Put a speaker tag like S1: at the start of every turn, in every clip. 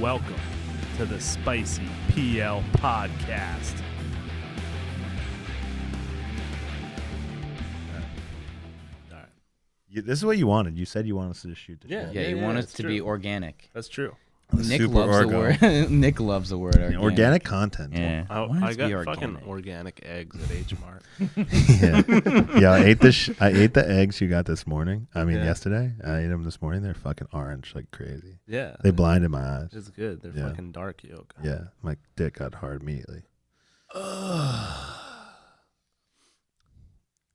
S1: Welcome to the Spicy PL Podcast. All right.
S2: You, this is what you wanted. You said you wanted us to shoot the
S1: Yeah.
S2: shit.
S3: Yeah, you
S1: yeah,
S3: want
S1: that's
S3: it to be
S1: true.
S3: organic.
S1: That's true.
S3: Nick
S2: Super
S3: loves
S2: orgo.
S3: the word. Nick loves the word organic.
S2: organic, content.
S3: Yeah.
S1: I,
S3: want it
S1: I
S3: to
S1: got
S3: be
S1: fucking
S3: organic.
S1: organic eggs at H Mart.
S2: yeah, yeah. I ate the sh- I ate the eggs you got this morning. I mean,
S1: Yeah.
S2: yesterday. I ate them this morning. They're fucking orange like crazy.
S1: yeah.
S2: They blinded my eyes.
S1: It's good. They're
S2: Yeah.
S1: fucking dark yolk.
S2: Yeah, my dick got hard immediately.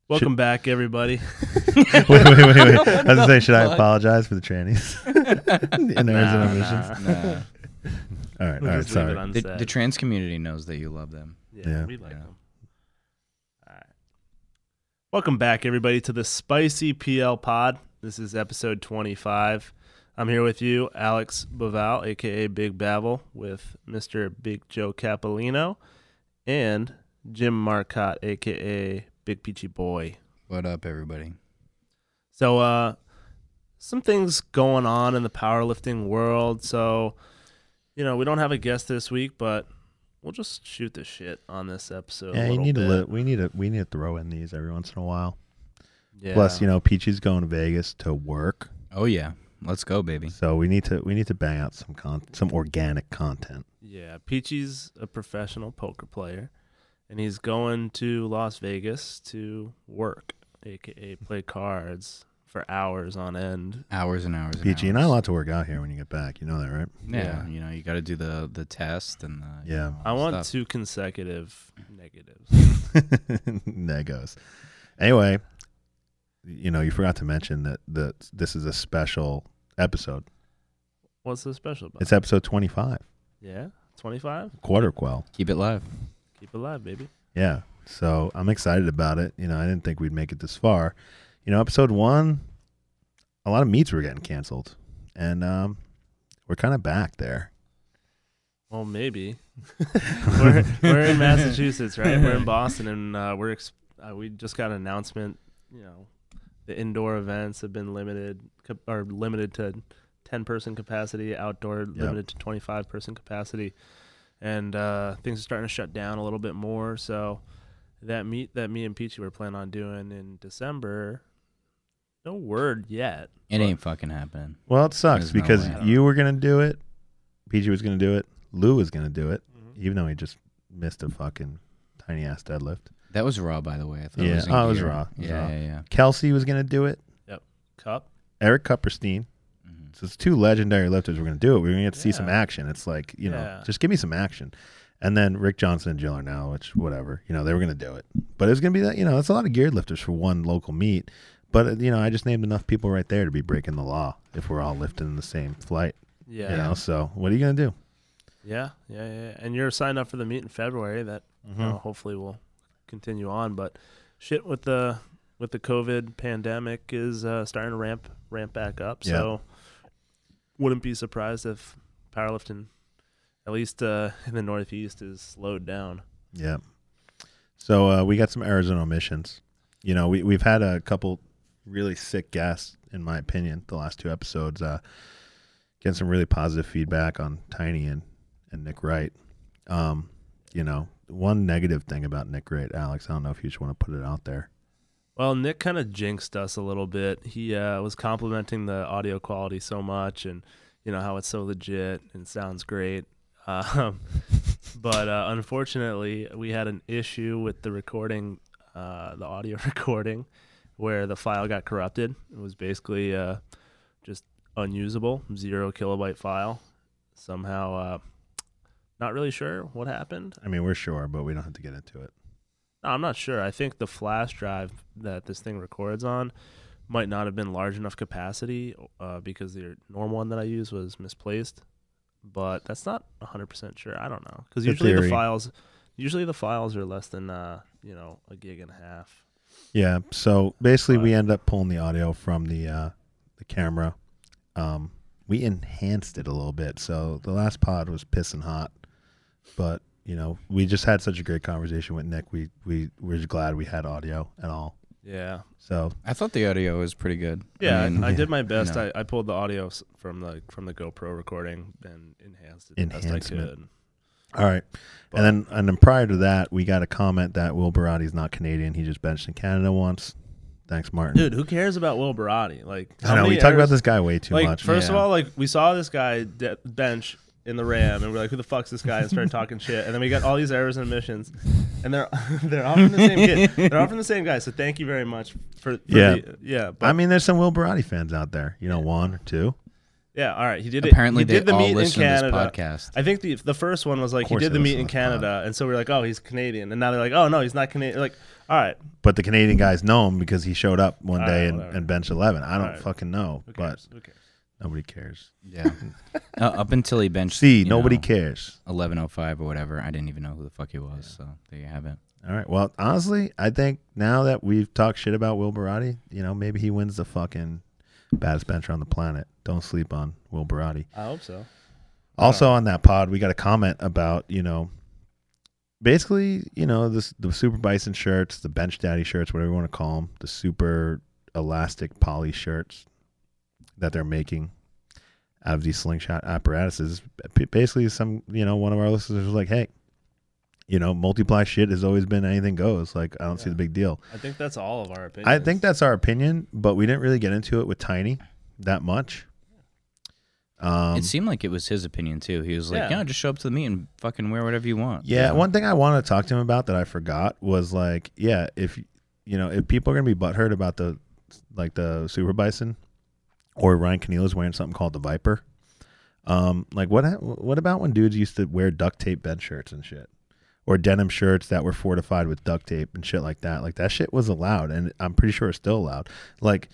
S1: Welcome back, everybody.
S2: wait, wait, wait, wait. I was gonna say, should I apologize for the trannies in Arizona
S3: Nah,
S2: missions?
S3: nah, nah.
S2: All right,
S1: We'll
S2: all right.
S1: just leave
S2: Sorry.
S1: it
S3: the,
S1: unsaid.
S3: the trans community knows that you love them.
S1: Yeah,
S2: Yeah.
S1: we like
S3: Yeah.
S1: them. All right. Welcome back, everybody, to the Spicy PL Pod. This is episode 25. I'm here with you, Alex Baval, aka Big Bavel, with Mr. Big Joe Capolino and Jim Marcotte, aka Big Peachy Boy.
S3: What up, everybody?
S1: So, uh, some things going on in the powerlifting world. So, you know, we don't have a guest this week, but we'll just shoot the shit on this episode.
S2: Yeah,
S1: a
S2: you
S1: little
S2: need to.
S1: bit.
S2: Li- we need to. We need to throw in these every once in a while.
S1: Yeah.
S2: Plus, you know, Peachy's going to Vegas to work,
S3: Oh yeah, let's go, baby.
S2: Mm-hmm. so we need to. We need to bang out some con- some organic content.
S1: Yeah, Peachy's a professional poker player, and he's going to Las Vegas to work, aka play cards for hours on end.
S3: Hours and hours. And
S2: Peachy, you're
S3: hours.
S2: not allowed to work out here when you get back. You know that, right?
S3: Yeah,
S1: Yeah.
S3: you know, you got to do the the test and uh, the. you
S2: Yeah.
S3: know,
S1: I want
S3: stuff.
S1: two consecutive negatives.
S2: Negos. Anyway, you know, you forgot to mention that the this is a special episode.
S1: What's so special about?
S2: It's episode 25,
S1: it? yeah, twenty five.
S2: quarter quell.
S3: keep it live.
S1: Keep it alive, baby.
S2: Yeah. So I'm excited about it. You know, I didn't think we'd make it this far. You know, episode one, a lot of meets were getting canceled, and um, we're kind of back there.
S1: Well, maybe. we're, we're in Massachusetts, right? We're in Boston, and uh, we're ex- uh, we just got an announcement. You know, the indoor events have been limited cap- or limited to ten person capacity. Outdoor limited to twenty five person capacity, and uh, things are starting to shut down a little bit more. So that meet that me and Peachy were planning on doing in December. No word yet.
S3: It ain't fucking happening.
S2: Well, it sucks
S3: There's no
S2: because
S3: way.
S2: you were gonna do it, PG was gonna do it, Lou was gonna do it, even though he just missed a fucking tiny ass deadlift.
S3: That was raw, by the way. I thought
S2: Yeah.
S3: it was in
S2: Oh, it was
S3: gear.
S2: raw. It was
S3: yeah,
S2: raw.
S3: yeah, yeah.
S2: Kelsey was gonna do it.
S1: Cup.
S2: Eric Kupperstein.
S3: Mhm.
S2: So it's two legendary lifters. We're gonna do it. We're gonna get to see some
S1: Yeah.
S2: action. It's like you know,
S1: Yeah.
S2: just give me some action. And then Rick Johnson and Jill are now, which whatever you know, they were gonna do it. But it was gonna be that you know, it's a lot of geared lifters for one local meet. But uh, you know, I just named enough people right there to be breaking the law if we're all lifting in the same flight. You
S1: Yeah.
S2: know, so what are you gonna do?
S1: Yeah, yeah, yeah. And you're signed up for the meet in February. That you
S2: Mm-hmm.
S1: know, Uh, hopefully will continue on. But shit with the with the COVID pandemic is uh, starting to ramp ramp back up.
S2: Yeah.
S1: So wouldn't be surprised if powerlifting, at least uh, in the Northeast, is slowed down.
S2: Yeah. So uh, we got some Arizona missions. You know, we we've had a couple really sick guests, in my opinion, the last two episodes. Uh, getting some really positive feedback on Tiny and and Nick Wright. Um, you know, one negative thing about Nick Wright, Alex. I don't know if you just want to put it out there.
S1: Well, Nick kind of jinxed us a little bit. He uh, was complimenting the audio quality so much, and you know how it's so legit and sounds great. Um, but uh, unfortunately, we had an issue with the recording, uh, the audio recording, where the file got corrupted. It was basically uh, just unusable, zero kilobyte file. Somehow, uh, not really sure what happened.
S2: I mean, we're sure, but we don't have to get into it.
S1: No, I'm not sure. I think the flash drive that this thing records on might not have been large enough capacity uh, because the normal one that I used was misplaced. But that's not 100% sure. I don't know because
S2: The
S1: usually the
S2: theory.
S1: files, usually the files are less than uh, you know a gig and a half.
S2: Yeah. So basically, we end up pulling the audio from the uh, the camera. Um, we enhanced it a little bit. So the last pod was pissing hot, but you know we just had such a great conversation with Nick. We we we're just glad we had audio and all.
S1: Yeah.
S2: So
S3: I thought the audio was pretty good.
S1: Yeah, I,
S3: mean,
S1: I did my best.
S3: know.
S1: I, I pulled the audio s- from the from the GoPro recording and enhanced it the best I
S2: Enhancement.
S1: could.
S2: all right,
S1: But-
S2: and then and then prior to that, we got a comment that Will Barotti's not Canadian. He just benched in Canada once. Thanks, Martin.
S1: Dude, who cares about Will Barotti? Like,
S2: I
S1: how
S2: know we
S1: many
S2: talk about
S1: errors-
S2: this guy way too
S1: like,
S2: much.
S1: First of
S3: Yeah.
S1: all, like we saw this guy de- bench in the Ram, and we're like, "Who the fuck's this guy?" And started talking shit, and then we got all these errors and omissions, and they're they're all from the same kid. They're all from the same guy. So thank you very much for, for
S2: Yeah.
S1: the, yeah, but,
S2: I mean, there's some Will Barotti fans out there. You know, one or two.
S1: yeah. All right, he did it.
S3: Apparently,
S1: he did
S3: they
S1: the
S3: all
S1: meet in
S3: listen to this
S1: Canada.
S3: podcast.
S1: I think the the first one was like he
S2: course
S1: did
S2: they
S1: the meet
S2: listen
S1: in
S2: to this pod.
S1: Canada, and so we are like, "Oh, he's Canadian," and now they're like, "Oh no, he's not Canadian." Like, all right,
S2: But the Canadian guys know him because he showed up one
S1: All
S2: day
S1: right,
S2: and,
S1: whatever.
S2: and benched 11. I don't
S1: All right.
S2: fucking know,
S1: who
S2: but
S1: cares? Who cares?
S2: nobody cares.
S3: yeah. uh, up until he benched.
S2: See,
S3: you
S2: nobody
S3: know,
S2: cares.
S3: 1105 or whatever. I didn't even know who the fuck he was. So there you have it.
S2: All right. Well, honestly, I think now that we've talked shit about Will Barotti, you know, maybe he wins the fucking baddest bencher on the planet. Don't sleep on Will Barotti.
S1: I hope so.
S2: Also on that pod, we got a comment about you know, basically you know this the super bison shirts, the bench daddy shirts, whatever you want to call them, the super elastic poly shirts that they're making out of these slingshot apparatuses. B- Basically, some you know one of our listeners was like, hey. You know, multiply shit has always been anything goes. Like, I don't see
S1: Yeah.
S2: the big deal.
S1: I think that's all of our opinions.
S2: I think that's our opinion, but we didn't really get into it with Tiny that much. Um,
S3: it seemed like it was his opinion too. He was like,
S1: Yeah.
S3: "Yeah, just show up to the meet and fucking wear whatever you want."
S2: Yeah,
S3: You know?
S2: one thing I wanted to talk to him about that I forgot was like, yeah, if you know, if people are gonna be butthurt about the like the Super Bison or Ryan Canella's wearing something called the Viper, um, like what ha- what about when dudes used to wear duct tape bed shirts and shit, or denim shirts that were fortified with duct tape and shit like that? Like that shit was allowed, and I'm pretty sure it's still allowed. Like,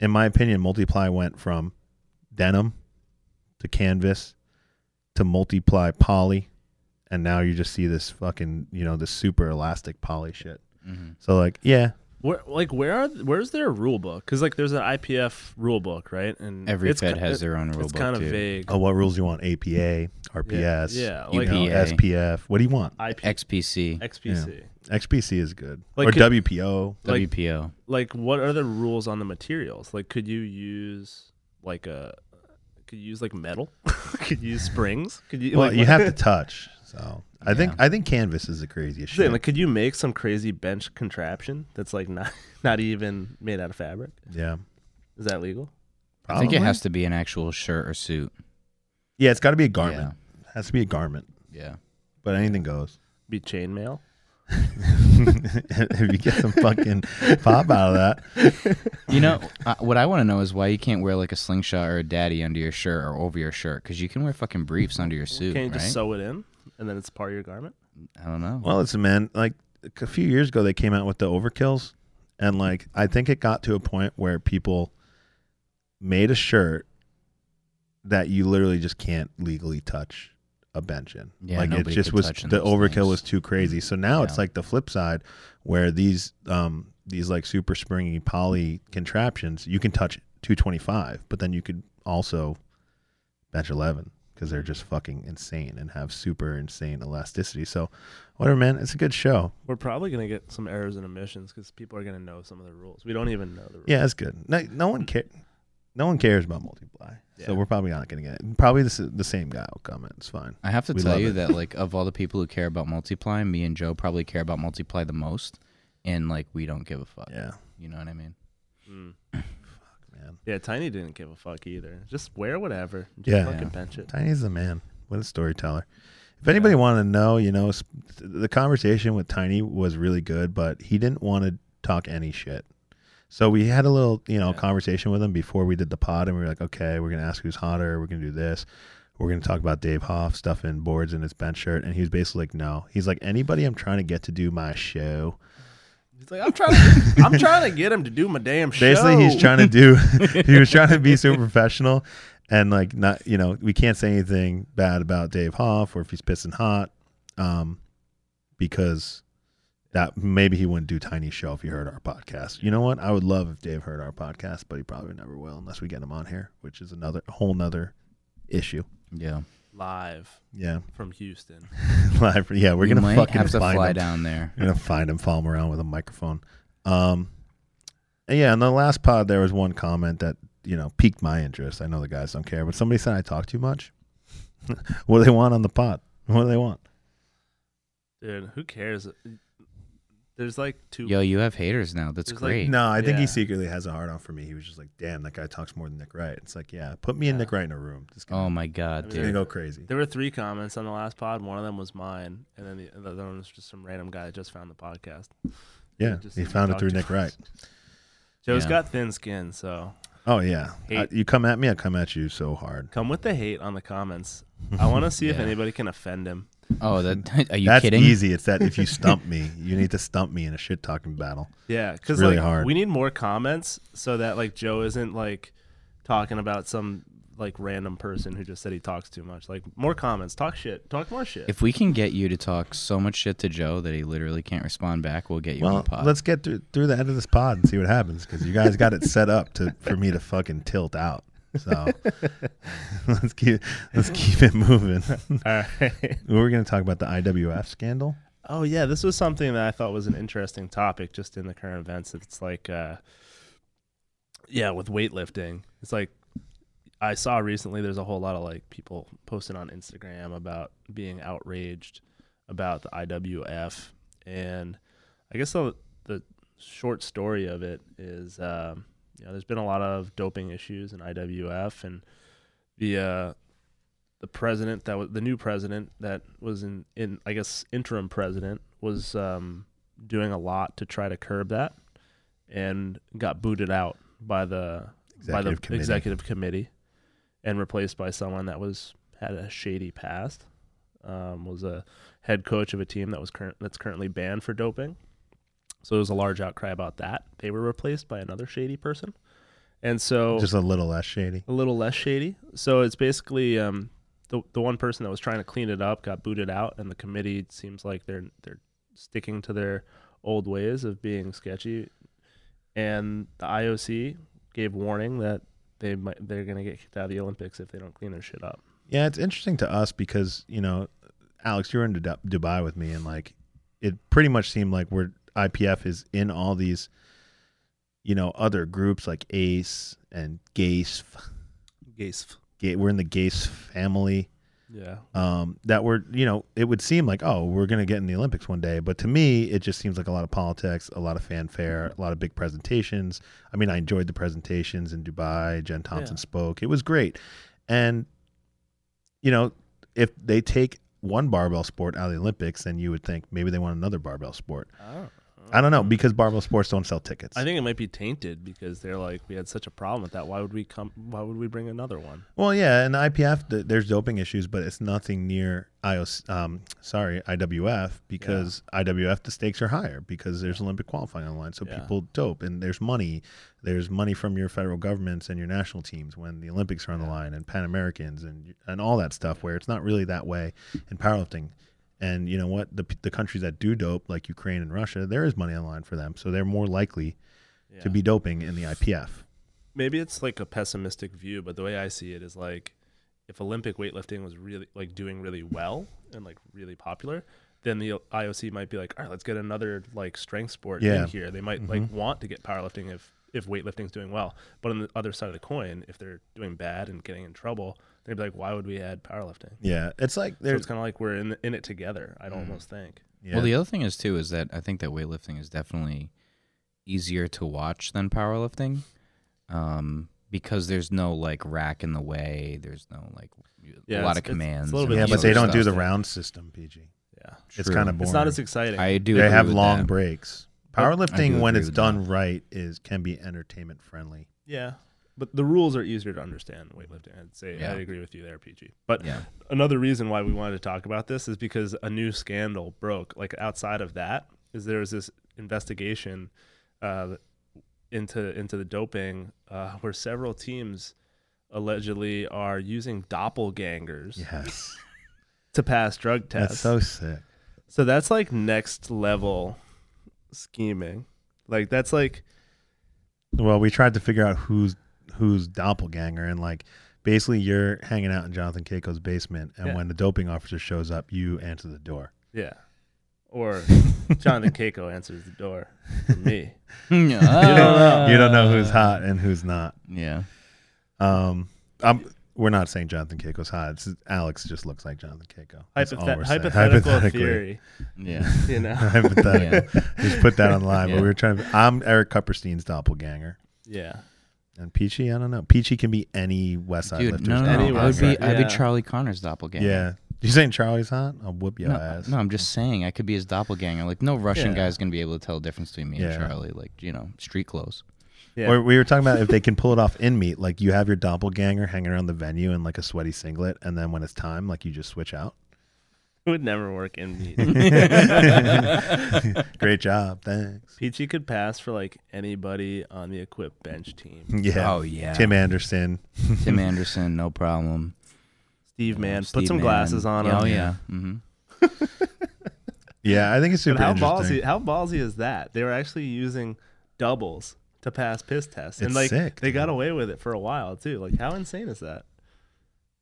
S2: in my opinion, multiply went from denim to canvas to multiply poly and now you just see this fucking you know this super elastic poly shit
S3: Mhm.
S2: so like yeah
S1: Where, like where are where's their rule book? Because like there's an IPF rule book, right? And
S3: Every
S1: it's
S3: Fed
S1: ki-
S3: has their own rule
S1: It's
S3: book,
S1: kind of
S3: too.
S1: vague.
S2: oh what rules do you want apa
S1: Yeah,
S2: rps
S1: yeah,
S2: you
S1: like
S2: know,
S3: EPA.
S2: spf what do you want
S1: IP,
S3: XPC,
S1: XPC.
S2: xpc is good
S1: Like,
S2: or
S1: could-
S2: wpo
S1: Like-
S3: WPO.
S1: Like what are the rules on the materials? Like could you use like a could you use like metal? could you use springs? Could you
S2: well
S1: like,
S2: you
S1: what-
S2: have to touch so i think
S3: Yeah.
S2: i think canvas is the craziest
S1: Saying,
S2: shit
S1: like could you make some crazy bench contraption that's like not not even made out of fabric?
S2: yeah
S1: Is that legal?
S3: I think it
S2: Probably.
S3: has to be an actual shirt or suit.
S2: yeah it's got to be a garment It has to be a garment
S3: Yeah.
S2: but anything goes
S1: Be chainmail?
S2: if you get some fucking pop out of that
S3: You know, uh, what I want to know is why you can't wear like a slingshot or a daddy under your shirt or over your shirt because you can wear fucking briefs under your suit,
S1: Can't you
S3: right?
S1: just sew it in and then it's part of your garment?
S3: I don't know.
S2: Well, listen, man. Like a few years ago, they came out with the overkills, and like I think it got to a point where people made a shirt that you literally just can't legally touch a bench in.
S3: Yeah,
S2: like it
S3: nobody
S2: just
S3: could
S2: was
S3: touch in
S2: the
S3: those
S2: overkill
S3: things.
S2: was too crazy. So now it's
S3: Yeah.
S2: like the flip side where these um these like super springy poly contraptions you can touch 225, but then you could also bench 11 because they're just fucking insane and have super insane elasticity. So whatever, man, it's a good show.
S1: We're probably gonna get some errors and omissions because people are gonna know some of the rules. We don't even know the rules.
S2: Yeah, it's good. No, no one care. No one cares about multiply.
S1: Yeah.
S2: So we're probably not going to get it. Probably this, the same guy will comment. It's fine.
S3: I have to
S2: we
S3: tell
S2: love
S3: you
S2: it.
S3: that like of all the people who care about multiply, me and Joe probably care about multiply the most, and like we don't give a fuck.
S2: Yeah,
S3: You know what I mean?
S1: Mm.
S2: man.
S1: Yeah, Tiny didn't give a fuck either. Just wear whatever. Just
S2: Yeah.
S1: fucking
S3: Yeah.
S1: bench it.
S2: Tiny's the man. What a storyteller. If anybody wanted to know, you know, sp- the conversation with Tiny was really good, but he didn't want to talk any shit. So we had a little, you know,
S1: Yeah.
S2: conversation with him before we did the pod, and we were like, okay, we're going to ask who's hotter. We're going to do this. We're going to talk about Dave Hoff stuffing boards in his bench shirt. And he was basically like, no. He's like, anybody I'm trying to get to do my show
S1: He's like, I'm trying. To, I'm trying to get him to do my damn show.
S2: basically he's trying to do he was trying to be super professional and like not you know we can't say anything bad about dave hoff or if he's pissing hot um because that maybe he wouldn't do tiny show if he heard our podcast you know what i would love if dave heard our podcast but he probably never will unless we get him on here which is another whole nother issue
S3: Yeah.
S1: live
S2: yeah
S1: from Houston.
S2: live yeah we're
S3: We
S2: gonna
S3: might
S2: fucking
S3: have to
S2: find
S3: fly
S2: him.
S3: down there.
S2: We're gonna find him, follow him around with a microphone. Um, And yeah, in the last pod, there was one comment that you know piqued my interest. I know the guys don't care, but somebody said I talk too much. what do they want on the pod? What do they want?
S1: Dude, who cares? There's like two.
S3: Yo, you have haters now. That's
S1: There's, like,
S3: great.
S2: No, I think
S1: Yeah.
S2: he secretly has a hard on for me. He was just like, "Damn, that guy talks more than Nick Wright." It's like, yeah, put me and
S1: Yeah.
S2: Nick Wright in a room. This guy
S3: oh my god,
S1: I
S2: is gonna
S3: dude.
S1: mean-
S2: go crazy.
S1: There were three comments on the last pod. One of them was mine, and then the, the other one was just some random guy that just found the podcast.
S2: Yeah,
S1: just
S2: he
S1: said you
S2: found it
S1: talk
S2: through
S1: too
S2: Nick
S1: much.
S2: Wright.
S1: Joe's
S3: Yeah.
S1: got thin skin, so
S2: Oh yeah,
S1: Hate.
S2: I- you come at me, I come at you so hard.
S1: come with the hate on the comments. I want to see if
S3: Yeah.
S1: anybody can offend him.
S3: Oh, that are you
S2: That's
S3: kidding?
S2: easy. It's that if you stump me, you need to stump me in a shit talking battle.
S1: Yeah, because
S2: really
S1: like
S2: hard.
S1: we need more comments so that like Joe isn't like talking about some like random person who just said he talks too much. Like more comments, talk shit, talk more shit.
S3: If we can get you to talk so much shit to Joe that he literally can't respond back, we'll get you on
S2: Well,
S3: the pod.
S2: let's get through, through the end of this pod and see what happens because you guys got it set up to for me to fucking tilt out. So let's keep let's keep it moving.
S1: All right.
S2: we were going to talk about the IWF scandal.
S1: Oh yeah, this was something that I thought was an interesting topic just in the current events. It's like uh yeah, with weightlifting. It's like I saw recently there's a whole lot of like people posting on Instagram about being outraged about the IWF and I guess the the short story of it is um you know there's been a lot of doping issues in IWF and the uh the president that was the new president that was in, in I guess interim president was um, doing a lot to try to curb that and got booted out by the by the
S2: Executive committee.
S1: executive committee and replaced by someone that was had a shady past um, was a head coach of a team that was current that's currently banned for doping so there was a large outcry about that they were replaced by another shady person and so
S2: Just a little less shady.
S1: a little less shady. So it's basically um, the the one person that was trying to clean it up got booted out, and the committee it seems like they're they're sticking to their old ways of being sketchy. And the IOC gave warning that they might they're gonna get kicked out of the Olympics if they don't clean their shit up.
S2: Yeah, it's interesting to us because you know, Alex, you were in Du- Dubai with me, and like, it pretty much seemed like we're IPF is in all these, you know, other groups like ACE and GACE.
S1: Gasf.
S2: Ga- We're in the GACE family.
S1: Yeah.
S2: Um, that were you know, it would seem like oh, we're gonna get in the Olympics one day, but to me, it just seems like a lot of politics, a lot of fanfare, a lot of big presentations. I mean, I enjoyed the presentations in Dubai. Jen Thompson
S1: Yeah.
S2: spoke; it was great. And you know, if they take one barbell sport out of the Olympics, then you would think maybe they want another barbell sport. I don't know because barbell sports don't sell tickets.
S1: Mm-hmm. I think it might be tainted because they're like we had such a problem with that. Why would we come? Why would we bring another one?
S2: Well, yeah, and the IPF, th- there's doping issues, but it's nothing near IOC, um, sorry, IWF because IWF the stakes are higher because there's Olympic qualifying online, so
S1: Yeah.
S2: people dope, and there's money, there's money from your federal governments and your national teams when the Olympics are on the line and Pan Americans and and all that stuff where it's not really that way in powerlifting. And you know what? The, p- the countries that do dope, like Ukraine and Russia, there is money online for them, so they're more likely
S1: Yeah.
S2: to be doping in the IPF.
S1: maybe it's like a pessimistic view, but the way I see it is like if Olympic weightlifting was really like doing really well and like really popular, then the IOC might be like, all right, let's get another like strength sport
S2: Yeah.
S1: in here. They
S3: Mm-hmm.
S1: might like want to get powerlifting if if weightlifting's doing well. But on the other side of the coin, if they're doing bad and getting in trouble, they'd be like, why would we add powerlifting?
S2: Yeah, it's like
S1: So
S2: there's
S1: it's kind of like we're in in it together.
S3: Mm.
S1: I'd almost think.
S2: yeah.
S3: Well, the other thing is too is that I think that weightlifting is definitely easier to watch than powerlifting, um, because there's no like rack in the way. There's no like
S1: Yeah,
S3: a lot
S1: it's- it's-
S3: of
S1: it's a
S3: commands.
S1: little
S3: and
S1: bit
S2: yeah,
S3: all
S2: but
S1: easier
S2: they
S3: that
S2: don't do
S3: stuff.
S2: the round system, PG.
S1: Yeah,
S2: It's
S3: True.
S2: kind of boring.
S1: it's not as exciting.
S3: I do.
S2: they
S3: agree
S2: have
S3: with
S2: long
S3: that.
S2: breaks.
S3: I do
S2: Powerlifting, when
S3: agree
S2: it's
S3: with
S2: done right, is can be entertainment friendly.
S1: yeah, but the rules are easier to understand in weightlifting. I'd say
S3: Yeah.
S1: I'd agree with you there, PG. But
S3: Yeah.
S1: another reason why we wanted to talk about this is because a new scandal broke. Like outside of that, is there was this investigation uh, into into the doping uh, where several teams allegedly are using doppelgangers
S2: Yes,
S1: to pass drug
S2: that's
S1: tests.
S2: so sick.
S1: So that's like next level scheming. Like that's like
S2: Well, we tried to figure out who's who's doppelganger, and like basically, you're hanging out in Jonathan Keiko's basement, and
S1: Yeah.
S2: when the doping officer shows up, you answer the door.
S1: yeah. or Jonathan Keiko answers the door for me.
S3: you
S1: Oh,
S2: you don't know who's hot and who's not.
S3: Yeah.
S2: Um, I'm, we're not saying Jonathan Keiko's hot. It's, Alex just looks like Jonathan Keiko. That's all
S1: Hypothet-
S2: we're saying.
S1: hypothetical theory,
S3: Yeah.
S1: you know.
S2: hypothetical. Just put that online. But
S3: Yeah.
S2: we were trying. To, I'm Eric Cupperstein's doppelganger,
S1: Yeah,
S2: and Peachy. I don't know. Peachy can be any West Side
S3: Dude,
S2: lifters.
S3: no, no, no. I would be,
S2: doppelganger.
S3: I'd
S1: Yeah.
S3: be Charlie Connor's doppelganger.
S2: yeah. You saying Charlie's hot? I'll whoop your
S3: No,
S2: ass.
S3: no, I'm just saying I could be his doppelganger. Like no Russian
S1: Yeah.
S3: guy's gonna be able to tell the difference between me
S2: Yeah.
S3: and Charlie. Like you know, street clothes.
S1: yeah.
S2: Or we were talking about if they can pull it off in meet, like you have your doppelganger hanging around the venue in like a sweaty singlet, and then when it's time, like you just switch out.
S1: it would never work in meat.
S2: Great job, thanks.
S1: Peachy could pass for like anybody on the equipped bench team.
S2: Yeah.
S3: Oh yeah.
S2: Tim Anderson.
S3: Tim Anderson, no problem.
S1: Steve, man, put
S3: Steve
S1: some
S3: Mann.
S1: glasses on him.
S3: Oh yeah. hmm
S2: Yeah, I think it's
S1: But
S2: super
S1: how
S2: interesting.
S1: ballsy? How ballsy is that? They were actually using doubles to pass piss tests, and
S2: It's
S1: like
S2: sick,
S1: they got
S2: dude.
S1: away with it for a while too. Like how insane is that?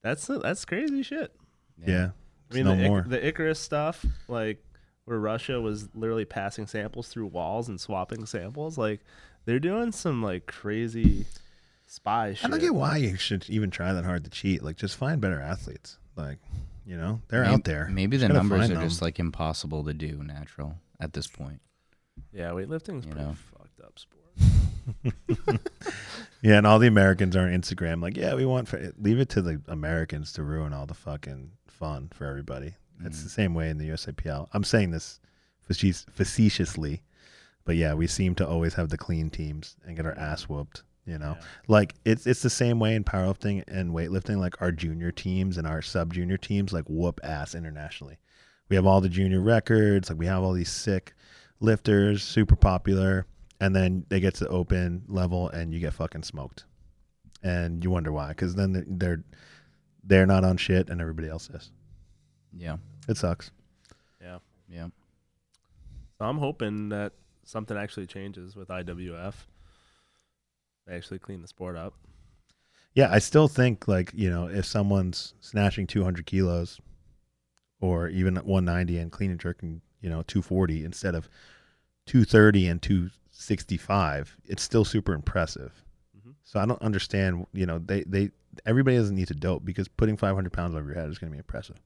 S1: That's that's crazy shit.
S2: Yeah.
S1: I mean,
S2: no
S1: the, Ic-
S2: more.
S1: the Icarus stuff, like where Russia was literally passing samples through walls and swapping samples, like they're doing some like crazy spy shit.
S2: I don't get why you should even try that hard to cheat. Like, just find better athletes. Like, you know, they're
S3: Maybe-
S2: out there.
S3: Maybe
S2: Just
S3: the
S2: gotta
S3: numbers
S2: find
S3: are
S2: them.
S3: just like impossible to do natural at this point.
S1: yeah, weightlifting's
S3: You
S1: pretty
S3: know.
S1: fucked up sport.
S2: yeah, and all the Americans are on Instagram. Like, yeah, we want fa- leave it to the Americans to ruin all the fucking fun for everybody. It's
S3: Mm.
S2: the same way in the USAPL. I'm saying this facetious- facetiously, but yeah, we seem to always have the clean teams and get our ass whooped. You know,
S1: Yeah.
S2: like it's it's the same way in powerlifting and weightlifting. Like our junior teams and our sub junior teams, like whoop ass internationally. We have all the junior records. Like we have all these sick lifters, super popular, and then they get to open level and you get fucking smoked, and you wonder why. Because then they're- they're they're not on shit and everybody else is.
S3: Yeah.
S2: It sucks.
S3: Yeah.
S1: So I'm hoping that something actually changes with IWF. They actually clean the sport up.
S2: Yeah, I still think like you know if someone's snatching 200 kilos, or even 190 and clean and jerking, you know 240 instead of 230 and 265, it's still super impressive.
S1: Mhm.
S2: So I don't understand. You know they they everybody doesn't need to dope because putting 500 pounds over your head is going to be impressive.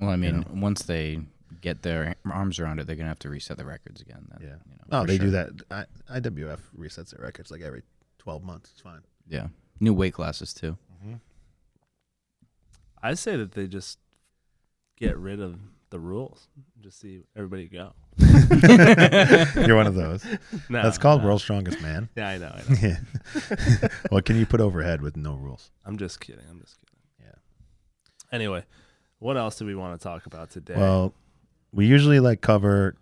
S3: Well, I mean,
S2: know.
S3: once they get their arms around it, they're gonna have to reset the records again. That,
S2: Yeah.
S3: You know,
S2: Oh,
S3: for
S2: they
S3: sure.
S2: do that. I, IWF resets their records like every 12 months. It's fine.
S3: Yeah. New weight classes too.
S1: I say that they just get rid of the rules. Just see everybody go.
S2: You're one of those.
S1: No,
S2: That's called
S1: Oh, no.
S2: World's Strongest Man.
S1: Yeah, I know. I know.
S2: Yeah. what can you put overhead with no rules?
S1: I'm just kidding. I'm just kidding.
S2: Yeah.
S1: Anyway, what else do we want to talk about today?
S2: Well, we usually like cover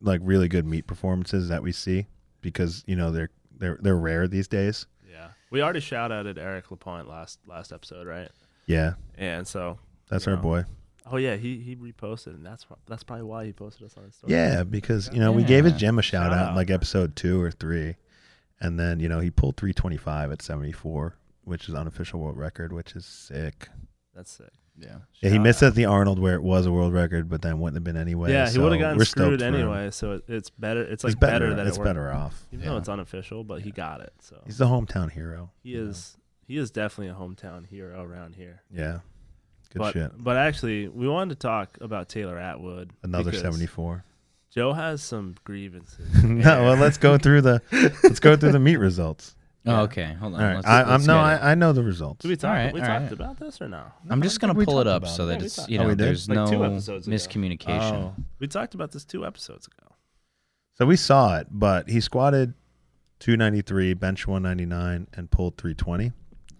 S2: like really good meat performances that we see because you know they're they're they're rare these days.
S1: yeah, we already shout outed Eric Lapointe last last episode, right?
S2: Yeah,
S1: And so,
S2: that's
S1: You
S2: our
S1: know.
S2: boy.
S1: oh yeah, he he reposted, and that's wh- that's probably why he posted us on his story.
S2: Yeah, because you know we gave his gym a shout,
S1: Shout
S2: out, in
S1: out.
S2: like episode two or three, and then you know he pulled three twenty five at seventy four, which is unofficial world record, which is sick.
S1: that's sick.
S3: Yeah.
S2: Yeah, he
S1: Shout
S2: missed
S1: out.
S2: at the Arnold where it was a world record, but then wouldn't have been anyway.
S1: Yeah, he
S2: so
S1: would have gotten
S2: we're stoked
S1: screwed
S2: for him.
S1: anyway. So it, it's better. It's like
S2: it's better.
S1: that
S2: it's
S1: it worked.
S2: better off.
S1: Even
S3: Yeah.
S1: though it's unofficial, but he got it. So
S2: He's the hometown hero.
S1: he
S2: you know?
S1: is he is definitely a hometown hero around here.
S2: Yeah, good
S1: but,
S2: shit.
S1: But actually, we wanted to talk about Taylor Atwood.
S2: Another
S1: because
S2: seventy four.
S1: Joe has some grievances.
S2: no, well, let's go through the let's go through the meat results.
S1: Yeah.
S3: Oh, okay. Hold
S2: All
S3: on.
S2: right,
S3: Let's-
S2: I,
S3: let's
S2: I'm no,
S3: get it.
S2: I, I know the results.
S1: Did we talk?
S3: Alright,
S1: we
S3: alright.
S1: talked about this or no?
S3: I'm just gonna
S2: we
S3: pull it
S2: talked
S3: up
S2: about
S3: so
S1: Yeah,
S2: it.
S3: that
S1: we
S3: it's
S1: talked-
S3: you
S2: Oh,
S3: know
S2: we did?
S3: there's
S1: Like two
S3: no
S1: episodes ago.
S3: miscommunication.
S2: Oh.
S1: We talked about this two episodes ago.
S2: So we saw it, but he squatted 293, bench 199, and pulled 320.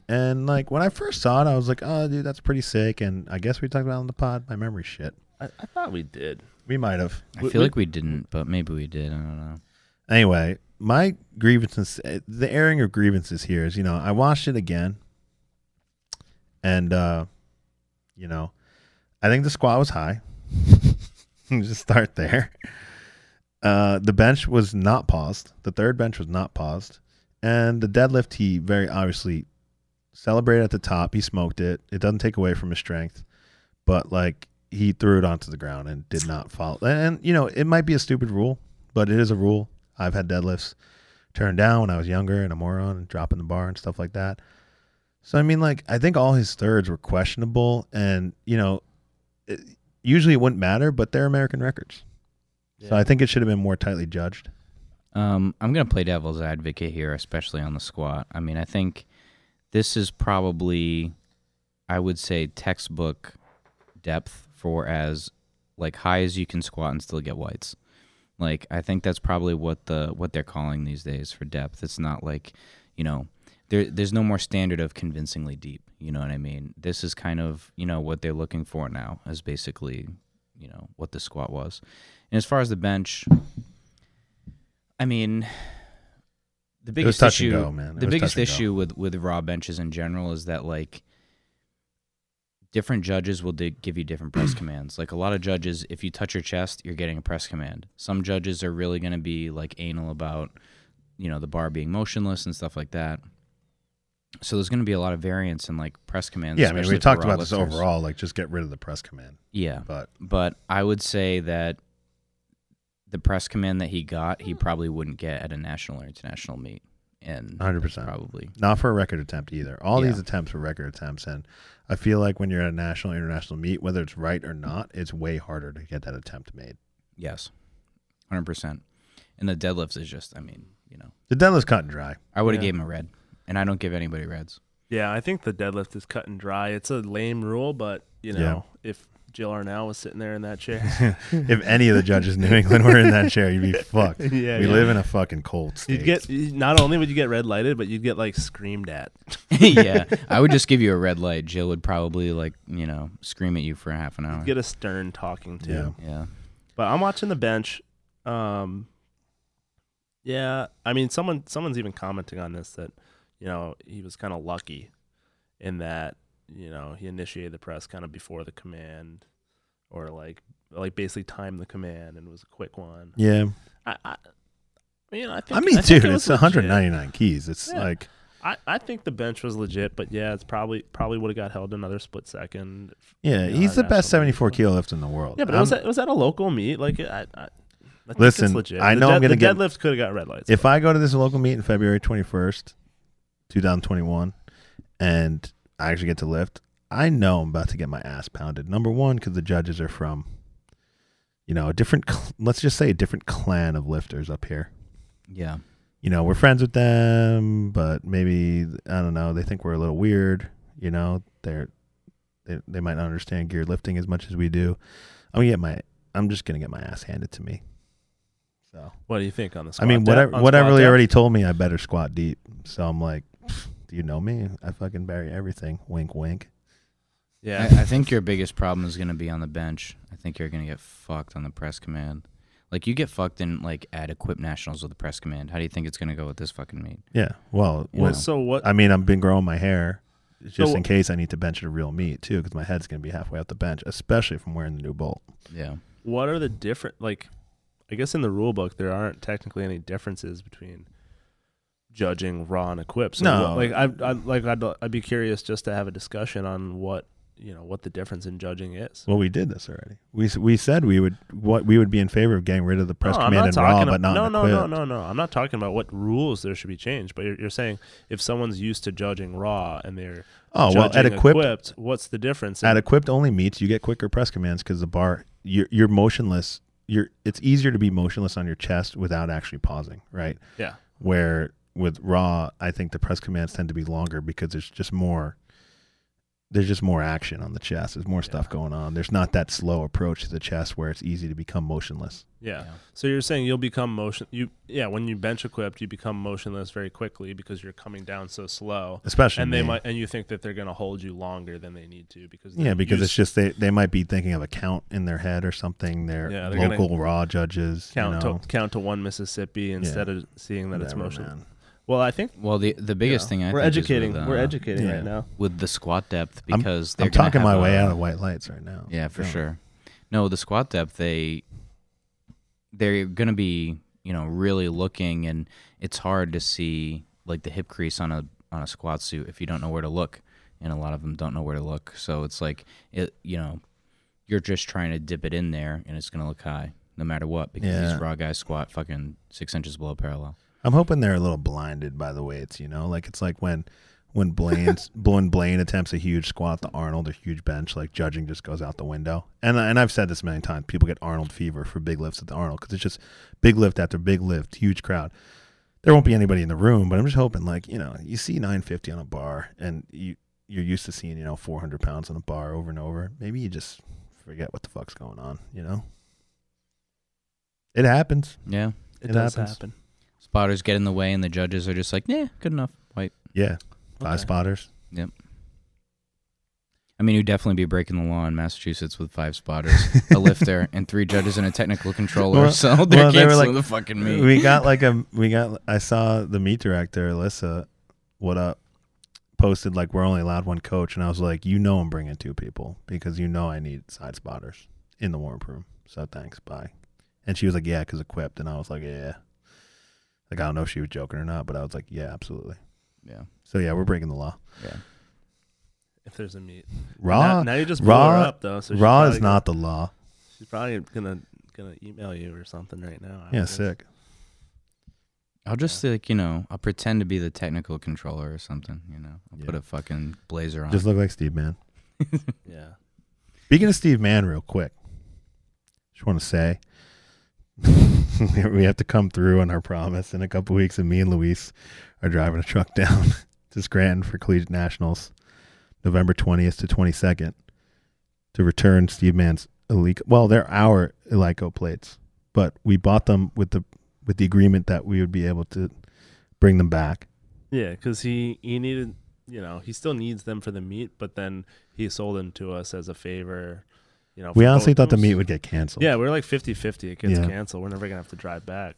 S2: And like when I first saw it, I was like, "Oh, dude, that's pretty sick." And I guess we talked about it on the pod. My memory shit.
S1: I, I thought we did.
S2: We might have.
S3: I
S1: We-
S3: feel
S1: we-
S3: like we didn't, but maybe we did. I don't know.
S2: Anyway, my grievances, eh, the airing of grievances here is, you know, I watched it again, and uh, you know, I think the squat was high. Just start there. Uh, the bench was not paused. The third bench was not paused, and the deadlift he very obviously celebrated at the top. He smoked it. It doesn't take away from his strength, but like he threw it onto the ground and did not follow. And, and, you know, it might be a stupid rule, but it is a rule. I've had deadlifts turned down when I was younger and a moron and dropping the bar and stuff like that. So I mean, like I think all his thirds were questionable, and you know, it, usually it wouldn't matter, but they're American records. So
S1: Yeah.
S2: I think it should have been more tightly judged.
S3: Um, I'm going to play devil's advocate here, especially on the squat. I mean, I think this is probably, I would say, textbook depth for as like high as you can squat and still get whites. Like I think that's probably what the what they're calling these days for depth. It's not like, you know, there there's no more standard of convincingly deep. You know what I mean? This is kind of you know what they're looking for now is basically, you know, what the squat was. And as far as the bench, I mean, the
S2: was
S3: biggest
S2: touch and
S3: issue,
S2: go, man. It
S3: the
S2: was
S3: biggest
S2: touch and go.
S3: issue with with raw benches in general is that like different judges will dig give you different press commands. Like a lot of judges, if you touch your chest, you're getting a press command. Some judges are really going to be like anal about, you know, the bar being motionless and stuff like that. So there's going to be a lot of variance in like press commands.
S2: Yeah, I mean,
S3: especially
S2: we
S3: for
S2: talked
S3: raw
S2: about this
S3: lifters.
S2: overall. Like, just get rid of the press command.
S3: Yeah,
S2: But
S3: but I would say that the press command that he got, he probably wouldn't get at a national or international meet, and
S2: 100%.
S3: probably
S2: not for a record attempt either. All these
S3: Yeah.
S2: attempts were record attempts, and I feel like when you're at a national international meet, whether it's right or not, it's way harder to get that attempt made.
S3: yes, hundred percent. And the deadlifts is just, I mean, you know,
S2: The deadlift's cut and dry.
S3: I would have
S1: Yeah.
S3: gave him a red, and I don't give anybody reds.
S1: Yeah, I think the deadlift is cut and dry. It's a lame rule, but you
S2: Yeah.
S1: know, if Jill Arnell was sitting there in that chair, Mm-hmm.
S2: If any of the judges in New England were in that chair, you'd be fucked.
S1: Yeah,
S2: we
S1: yeah.
S2: live in a fucking cold state.
S1: you'd get not only would you get red lighted, but you'd get like screamed at.
S3: yeah, I would just give you a red light. Jill would probably like you know scream at you for half an hour.
S1: You'd get a stern talking to.
S2: Yeah.
S3: yeah,
S1: But I'm watching the bench. Um, yeah, I mean, someone someone's even commenting on this that you know he was kind of lucky in that you know he initiated the press kind of before the command, or like like basically timed the command and was a quick one.
S2: yeah.
S1: I, I you know, I think
S2: I mean,
S1: I think
S2: dude,
S1: it
S2: it's
S1: was legit.
S2: 199 keys. It's
S1: Yeah.
S2: like
S1: I, I think the bench was legit, but yeah, it's probably probably would have got held another split second.
S2: Yeah,
S1: Yeah,
S2: he's the best
S1: that's what I
S2: 74
S1: thought.
S2: kilo lift in the world.
S1: Yeah, but it was
S2: I'm-
S1: at, it was at a local meet. Like, I, I, I think
S2: Listen,
S1: it's legit.
S2: I
S1: The
S2: know I'm
S1: dead-
S2: gonna get-
S1: the deadlift could have got red lights.
S2: if I go to this local meet in February 21st, 2021, and I actually get to lift, I know I'm about to get my ass pounded. Number one, because the judges are from, you know, a different, cl- let's just say a different clan of lifters up here.
S3: yeah.
S2: You know, we're friends with them, but maybe, I don't know, they think we're a little weird. You know, they're, they, they might not understand gear lifting as much as we do. I'm gonna get my, I'm just gonna get my ass handed to me. So
S1: what do you think on this?
S2: I mean, what I, what Everly already told me, I better squat deep. So I'm like, "Pfft, do you know me? I fucking bury everything. Wink, wink.
S1: Yeah,
S3: I, I think your biggest problem is going to be on the bench. I think you're going to get fucked on the press command. Like you get fucked in like at Equip Nationals with the press command. How do you think it's going to go with this fucking meet?
S2: Yeah. Well,
S3: You
S1: Well,
S3: know.
S2: well,
S1: so what?
S2: I mean, I've been growing my hair just
S1: So-
S2: in case I need to bench at a real meet too, because my head's gonna be halfway up the bench, especially if I'm wearing the new bolt.
S3: Yeah.
S1: What are the different? Like, I guess in the rule book there aren't technically any differences between judging raw and equipped. So
S2: No.
S1: what- like I, I like I'd, I'd be curious just to have a discussion on what you know what the difference in judging is.
S2: Well, we did this already. We s- we said we would what we would be in favor of getting rid of the press
S1: No, I'm
S2: command
S1: not
S2: and raw,
S1: talking
S2: but
S1: ab-
S2: not
S1: no,
S2: in
S1: no, no,
S2: equipped.
S1: no, no. I'm not talking about what rules there should be changed. But you're, you're saying if someone's used to judging raw and they're
S2: Oh well, at
S1: judging
S2: equipped,
S1: what's the difference? in-
S2: at equipped only meets you get quicker press commands because the bar you're, you're motionless. You're it's easier to be motionless on your chest without actually pausing, right?
S1: yeah,
S2: where with raw i think the press commands tend to be longer because there's just more there's just more action on the chest there's more stuff going on there's not that slow approach to the chest where it's easy to become motionless
S1: yeah,
S3: Yeah.
S1: So you're saying you'll become motion. You yeah, when you bench equipped, you become motionless very quickly because you're coming down so slow,
S2: especially
S1: and they
S2: me.
S1: might and you think that they're going to hold you longer than they need to because
S2: yeah
S1: they're
S2: because
S1: used-
S2: it's just they, they might be thinking of a count in their head or something they're,
S1: Yeah, they're gonna
S2: local raw judges
S1: count
S2: you know
S1: to count to one Mississippi instead of seeing that it's
S2: Whatever,
S1: motionless.
S2: man.
S1: Well, I think
S3: Well, the the biggest
S1: yeah.
S3: thing I
S1: we're
S3: think is
S1: educating
S3: with, uh,
S1: we're educating
S2: Yeah.
S1: right now.
S3: with the squat depth
S2: I'm-
S3: because they're
S2: i'm
S3: gonna
S2: talking
S3: have
S2: my way
S3: a-
S2: out of white lights right now
S3: Yeah, for
S2: Yeah.
S3: sure. No, the squat depth they they're going to be, you know, really looking and it's hard to see like the hip crease on a on a squat suit if you don't know where to look. And a lot of them don't know where to look. So it's like it, you know, you're just trying to dip it in there and it's going to look high no matter what because
S2: Yeah.
S3: these raw guys squat fucking six inches below parallel.
S2: I'm hoping they're a little blinded by the weights, you know? Like it's like when when Blaine's when Blaine attempts a huge squat, the Arnold a huge bench, like judging just goes out the window. And and I've said this many times, people get Arnold fever for big lifts at the Arnold cuz it's just big lift after big lift, huge crowd. There won't be anybody in the room, but I'm just hoping like, you know, you see 950 on a bar and you you're used to seeing, you know, 400 pounds on a bar over and over. Maybe you just forget what the fuck's going on, you know? It happens.
S3: Yeah.
S1: It,
S2: It
S1: does
S2: happens.
S1: happen.
S3: Spotters get in the way and the judges are just like, yeah, good enough. Wipe.
S2: Yeah. Five
S1: Okay.
S2: spotters.
S3: I mean, you'd definitely be breaking the law in Massachusetts with five spotters, a lifter, and three judges and a technical controller.
S2: Well-
S3: so they're
S2: well, they were like-
S3: canceling the fucking meet.
S2: We got like a we got I saw the meet director Alyssa, what up, posted like we're only allowed one coach, and I was like, you know, I'm bringing two people because you know I need side spotters in the warm up room. So thanks, bye. And she was like, yeah, because equipped, and I was like, yeah. Like I don't know if she was joking or not, but I was like, yeah, absolutely.
S3: yeah.
S2: So yeah, we're breaking the law.
S3: Yeah.
S1: If there's a meet.
S2: Raw,
S1: now, now you just raw,
S2: raw-
S1: her up though. So she's
S2: raw
S1: probably
S2: is not the law.
S1: Gonna, she's probably gonna gonna email you or something right now. after
S2: Yeah,
S1: this.
S2: sick.
S3: I'll just like you know, I'll pretend to be the technical controller or something. You know, I'll put
S2: Yeah.
S3: a fucking blazer on.
S2: Just look like Steve Mann.
S1: Yeah.
S2: Speaking of Steve Mann, real quick, just want to say we have to come through on our promise in a couple weeks, and me and Luis are driving a truck down to Scranton for Collegiate Nationals, November twentieth to twenty second, to return Steve Mann's Elico. Well, they're our Elico plates, but we bought them with the with the agreement that we would be able to bring them back.
S1: Yeah, because he he needed you know he still needs them for the meat, but then he sold them to us as a favor. You know,
S2: We
S1: for
S2: honestly
S1: both
S2: thought the
S1: rooms.
S2: meet would get canceled.
S1: Yeah, we're like 50-50. It gets
S2: Yeah.
S1: canceled. We're never gonna have to drive back.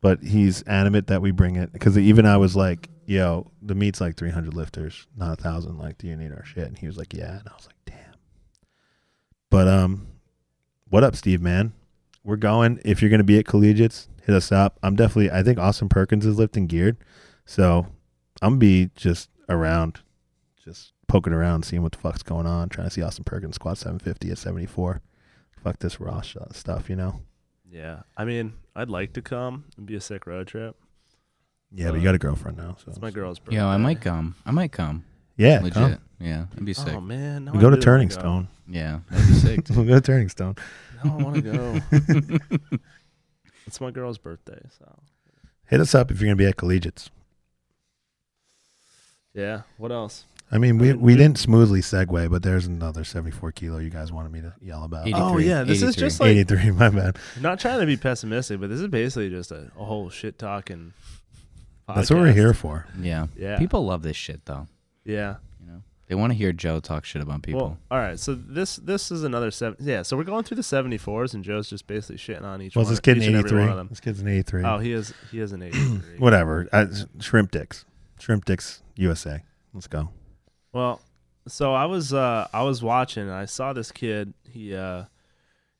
S2: but he's animate that we bring it because even I was like, "Yo, the meet's like 300 lifters, not a thousand. Like, do you need our shit?" And he was like, "Yeah," and I was like, "Damn." But um, what up, Steve? Man, we're going. If you're gonna be at Collegiates, hit us up. I'm definitely. I think Austin Perkins is lifting geared, so I'm gonna be just around, just poking around, seeing what the fuck's going on, trying to see Austin Perkins squat 750 at 74. Fuck this raw sh- stuff, you know.
S1: Yeah, I mean, I'd like to come. It'd be a sick road trip.
S2: Yeah, but you got a girlfriend now, so
S1: Uh, It's my girl's birthday.
S3: Yo, I might come. I might come.
S2: yeah,
S3: Legit.
S2: come. Um.
S3: Yeah, that'd be sick.
S1: Oh man, now
S2: We
S1: I
S2: go
S1: really
S2: to
S1: wanna
S2: Turning
S1: go.
S2: Stone.
S3: yeah, that'd be sick.
S2: we go to Turning Stone.
S1: Now I want to go. it's my girl's birthday, so
S2: Hit us up if you're gonna be at Collegiates.
S1: yeah. What else?
S2: I mean,
S1: I
S2: we
S1: mean,
S2: we
S1: we-
S2: didn't smoothly segue, but there's another 74 kilo you guys wanted me to yell about.
S3: Eighty-
S2: Oh,
S1: Oh
S3: 83,
S1: yeah, this is
S3: 83.
S1: just like
S2: 83, my bad.
S1: not trying to be pessimistic, but this is basically just a, a whole shit talking.
S2: That's what we're here for.
S3: Yeah.
S1: Yeah.
S3: People love this shit though.
S1: Yeah.
S3: You know, they want to hear Joe talk shit about people.
S1: Well, all right. So this this is another seven. Yeah. So we're going through the seventy fours, and Joe's just basically shitting on each.
S2: Was
S1: one,
S2: this kid an
S1: each and every
S2: 83?
S1: One of them.
S2: This kid's an 83.
S1: Oh, he is. He is an eighty-three.
S2: Whatever. I, shrimp dicks. Shrimp dicks USA. Let's go.
S1: Well, so I was uh I was watching and I saw this kid. He uh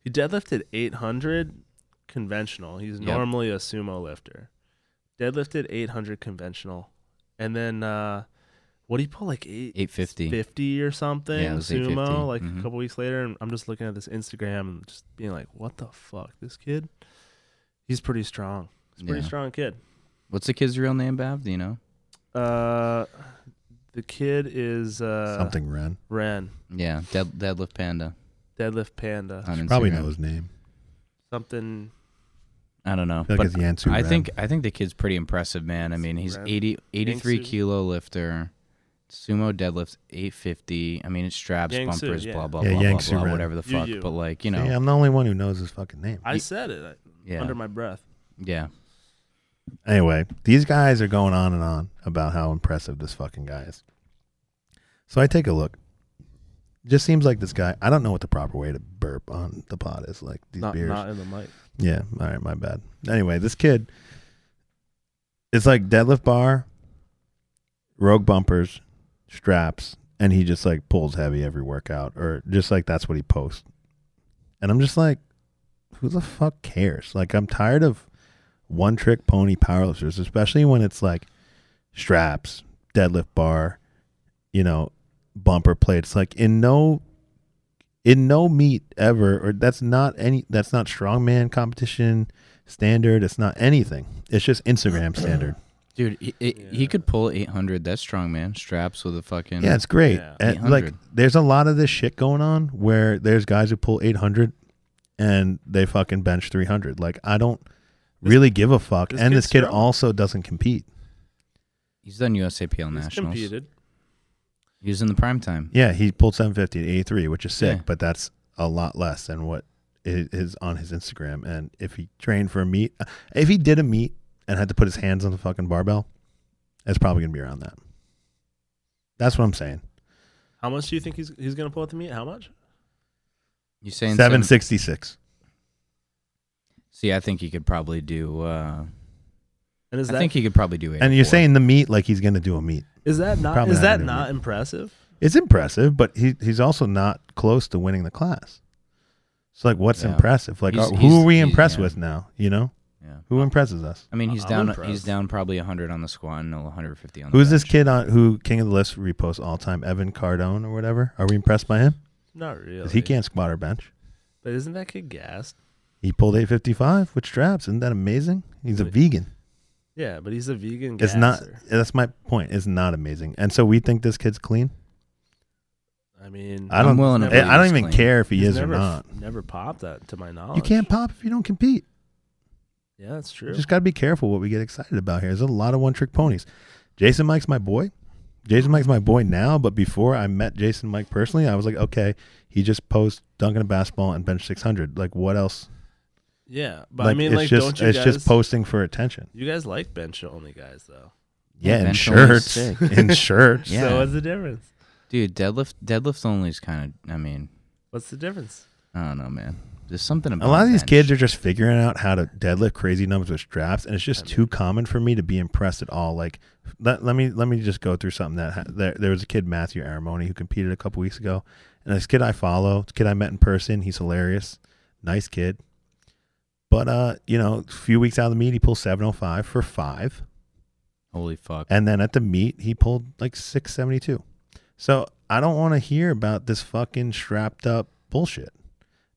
S1: he deadlifted 800 conventional. He's
S3: Yep.
S1: normally a sumo lifter. Deadlifted 800 conventional. And then uh what do you pull like 8
S3: 850.
S1: 50 or something
S3: Yeah, it was 850.
S1: sumo like
S3: Mhm.
S1: a couple weeks later and I'm just looking at this Instagram and just being like what the fuck this kid he's pretty strong. He's a pretty
S3: Yeah.
S1: strong kid.
S3: What's the kid's real name, Bab? Do you know?
S1: Uh the kid is uh
S2: Something Ren.
S1: Ren,
S3: Yeah, Dead, Deadlift Panda.
S1: deadlift panda.
S3: On Instagram.
S2: Probably know his name.
S1: something.
S3: I don't know.
S2: I feel
S3: but
S2: like it's Yansu.
S3: I
S2: Ren.
S3: think I think the kid's pretty impressive, man. I mean, he's
S1: Ren.
S3: 80, 83
S1: Yang Su.
S3: kilo lifter, sumo deadlifts, eight fifty. I mean, it's straps,
S1: Yang Su,
S3: bumpers,
S1: yeah.
S3: blah blah
S2: Yeah,
S3: blah
S2: Yang
S3: blah,
S2: Su
S3: blah
S2: Ren.
S3: whatever the
S1: Yu
S3: fuck.
S1: Yu.
S3: But like you
S2: See,
S3: know,
S2: I'm the only one who knows his fucking name.
S1: I said it I,
S3: yeah,
S1: under my breath.
S3: yeah,
S2: Anyway, these guys are going on and on about how impressive this fucking guy is. So I take a look. Just seems like this guy. I don't know what the proper way to burp on the pot is. Like these
S1: Not,
S2: beers.
S1: not in the mic.
S2: Yeah. All right. My bad. Anyway, this kid. It's like deadlift bar, rogue bumpers, straps, and he just like pulls heavy every workout, or just like that's what he posts. And I'm just like, who the fuck cares? Like, I'm tired of one trick pony powerlifters, especially when it's like straps, deadlift bar, you know, bumper plates. Like, in no in no meet ever, or that's not any, that's not strongman competition standard. It's not anything. It's just Instagram standard.
S3: Dude, he, he- he
S1: Yeah.
S3: could pull 800. That's strong, man. Straps with a fucking.
S2: Yeah, it's great.
S1: Yeah.
S2: And, like,
S3: 800.
S2: there's a lot of this shit going on where there's guys who pull 800 and they fucking bench 300. Like, I don't really give a fuck.
S1: this
S2: and this
S1: kid's
S2: kid
S1: strong.
S2: also doesn't compete.
S3: He's done USAPL
S1: He's
S3: Nationals.
S1: competed.
S3: He was in the prime time.
S2: Yeah, he pulled 750 at 83, which is sick,
S3: Yeah.
S2: but that's a lot less than what i- is on his Instagram. And if he trained for a meet, if he did a meet and had to put his hands on the fucking barbell, it's probably going to be around that. That's what I'm saying.
S1: How much do you think he's he's gonna pull at the meet? How much?
S3: You saying seven?
S2: 766.
S3: See, I think he could probably do. Uh,
S1: And is
S3: I
S1: that
S3: think he could probably do eight.
S2: And you're saying the meet like he's going to do a meet.
S1: is that not
S2: Probably
S1: is
S2: not
S1: that
S2: gonna
S1: not
S2: be.
S1: impressive?
S2: It's impressive, but he he's also not close to winning the class. It's like what's
S3: Yeah.
S2: impressive? Like
S3: He's-
S2: are- who
S3: he's-
S2: are we
S3: he-
S2: impressed
S3: yeah.
S2: with now? You know
S3: Yeah.
S2: who impresses us?
S3: I mean, he's
S1: I'm
S3: down. He's
S1: impressed.
S3: down probably 100 on the squat and 150 on. the
S2: Who's this
S3: bench.
S2: kid on who King of the List reposts all time? Evan Cardone or whatever. Are we impressed by him?
S1: Not really.
S2: 'Cause he can't squat or bench.
S1: But isn't that kid gassed?
S2: He pulled 855 with straps. Isn't that amazing? He's a
S1: Wait,
S2: vegan.
S1: Yeah, but he's a vegan.
S2: It's not.
S1: gasser.
S2: That's my point. It's not amazing. And so we think this kid's clean.
S1: I mean,
S2: I
S3: I'm
S2: don't.
S3: willing to
S2: I,
S3: believe
S2: I don't
S3: he's
S2: even
S3: clean.
S2: care if he
S1: he's
S2: is
S1: never,
S2: or not.
S1: Never popped that to my knowledge.
S2: You can't pop if you don't compete.
S1: Yeah, that's
S2: We
S1: true.
S2: Just got to be careful what we get excited about here. There's a lot of one trick ponies. Jason Mike's my boy. Jason Mike's my boy now, but before I met Jason Mike personally, I was like, okay, he just posed dunking a basketball and bench 600. Like, what else?
S1: yeah, but I mean,
S2: it's
S1: like,
S2: just
S1: don't you
S2: it's
S1: guys?
S2: just posting for attention.
S1: you guys like bench only guys though.
S2: Yeah, in
S3: bench only is
S2: shirts,
S3: sick.
S2: in shirts.
S3: Yeah.
S1: So what's the difference?
S3: Dude, deadlift. Deadlift only is kind of. I mean,
S1: What's the difference?
S3: I don't know, man. There's something about
S2: A lot of these
S3: bench.
S2: kids are just figuring out how to deadlift crazy numbers with straps, and it's just
S1: I
S2: too common for me to be impressed at all. Like, let, let me let me just go through something that ha- there, there was a kid Matthew Aramoni who competed a couple weeks ago, and this kid I follow, this kid I met in person, he's hilarious, nice kid, but uh, you know, a few weeks out of the meet, he pulled seven oh five for five,
S3: Holy fuck.
S2: and then at the meet, he pulled like six seventy two. So I don't want to hear about this fucking strapped up bullshit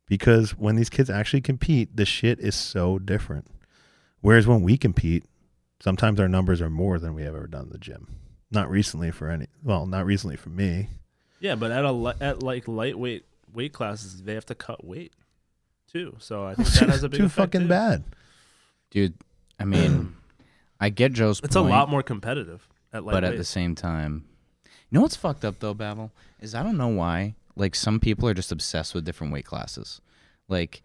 S2: because when these kids actually compete, the shit is so different. Whereas when we compete, sometimes our numbers are more than we have ever done in the gym. Not recently for any, well, not recently for me.
S1: Yeah, but at a li- at like lightweight weight classes, they have to cut weight too. So I think that has a big
S2: too
S1: effect, too.
S2: fucking bad.
S3: Dude, I mean, I get Joe's
S1: It's
S3: point,
S1: a lot more competitive at lightweight.
S3: but at the same time, you know what's fucked up though, Babel, is I don't know why. Like some people are just obsessed with different weight classes. Like,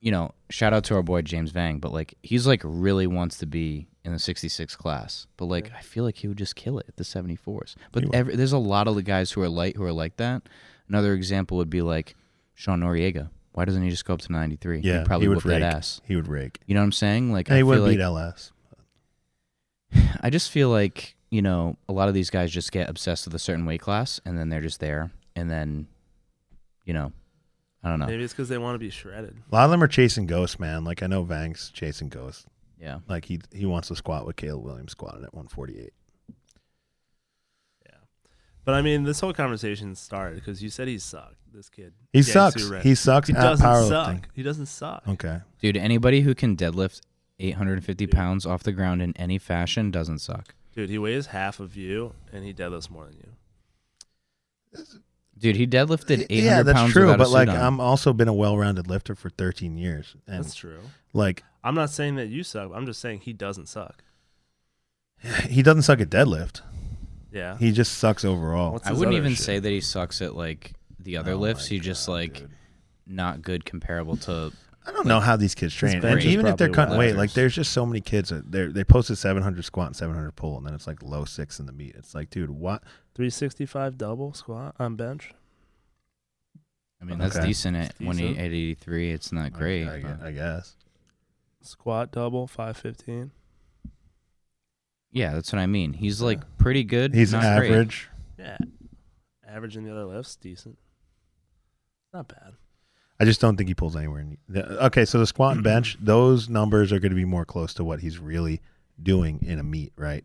S3: you know, shout out to our boy James Vang, but like he's like really wants to be in the 66 class, but like I feel like he would just kill it at the 74s. But every, there's a lot of the guys who are light who are like that. Another example would be like Sean Noriega. Why doesn't he just go up to 93?
S2: Yeah,
S3: he probably
S2: he would
S3: whoop
S2: rake.
S3: that ass.
S2: He would rake.
S3: You know what I'm saying? Like
S2: And
S3: I
S2: he would
S3: feel like
S2: beat LS.
S3: I just feel like, you know, a lot of these guys just get obsessed with a certain weight class and then they're just there. And then, you know, I don't know.
S1: maybe it's because they want to be shredded.
S2: A lot of them are chasing ghosts, man. Like I know Vang's chasing ghosts.
S3: Yeah.
S2: Like he he wants to squat with Caleb Williams squatted at 148.
S1: But I mean, this whole conversation started because you said he sucked. This kid.
S2: He
S1: Gansu
S2: sucks.
S1: Ren.
S2: He sucks
S1: He
S2: at
S1: doesn't
S2: powerlifting.
S1: suck. He doesn't suck.
S2: Okay.
S3: Dude, anybody who can deadlift 850
S1: Dude.
S3: pounds off the ground in any fashion doesn't suck.
S1: Dude, he weighs half of you, and he deadlifts more than you.
S3: Dude, he deadlifted 800
S2: Yeah, that's
S3: pounds
S2: true.
S3: without a
S2: But
S3: suit
S2: like,
S3: on.
S2: I'm also been a well-rounded lifter for 13 years, and
S1: That's true.
S2: like,
S1: I'm not saying that you suck. I'm just saying he doesn't suck.
S2: he doesn't suck at deadlift.
S1: Yeah.
S2: He just sucks overall.
S1: What's
S3: I
S1: his
S3: wouldn't
S1: other
S3: even
S1: shit?
S3: say that he sucks at like the other
S2: Oh
S3: lifts.
S2: my
S3: He's just
S2: God,
S3: like
S2: dude.
S3: not good comparable to
S2: I don't know how these kids train, and
S3: brain is
S2: even if they're
S1: probably
S2: cutting weight,
S3: whackers.
S2: like there's just so many kids that they they posted 700 squat and 700 pull, and then it's like low six in the meet. It's like, dude, what?
S1: 365 double squat on bench.
S3: I mean, that's
S2: Okay.
S3: decent at
S1: It's
S3: when he
S1: decent.
S3: 83. It's not great.
S2: I,
S3: but-
S2: I guess.
S1: Squat double 515.
S3: yeah, that's what I mean. He's
S2: Yeah.
S3: like pretty good.
S2: He's
S3: not great.
S2: average.
S1: Yeah. Average in the other lifts, decent. Not bad.
S2: I just don't think he pulls anywhere. In, the- okay, so the squat and bench, those numbers are going to be more close to what he's really doing in a meet, right?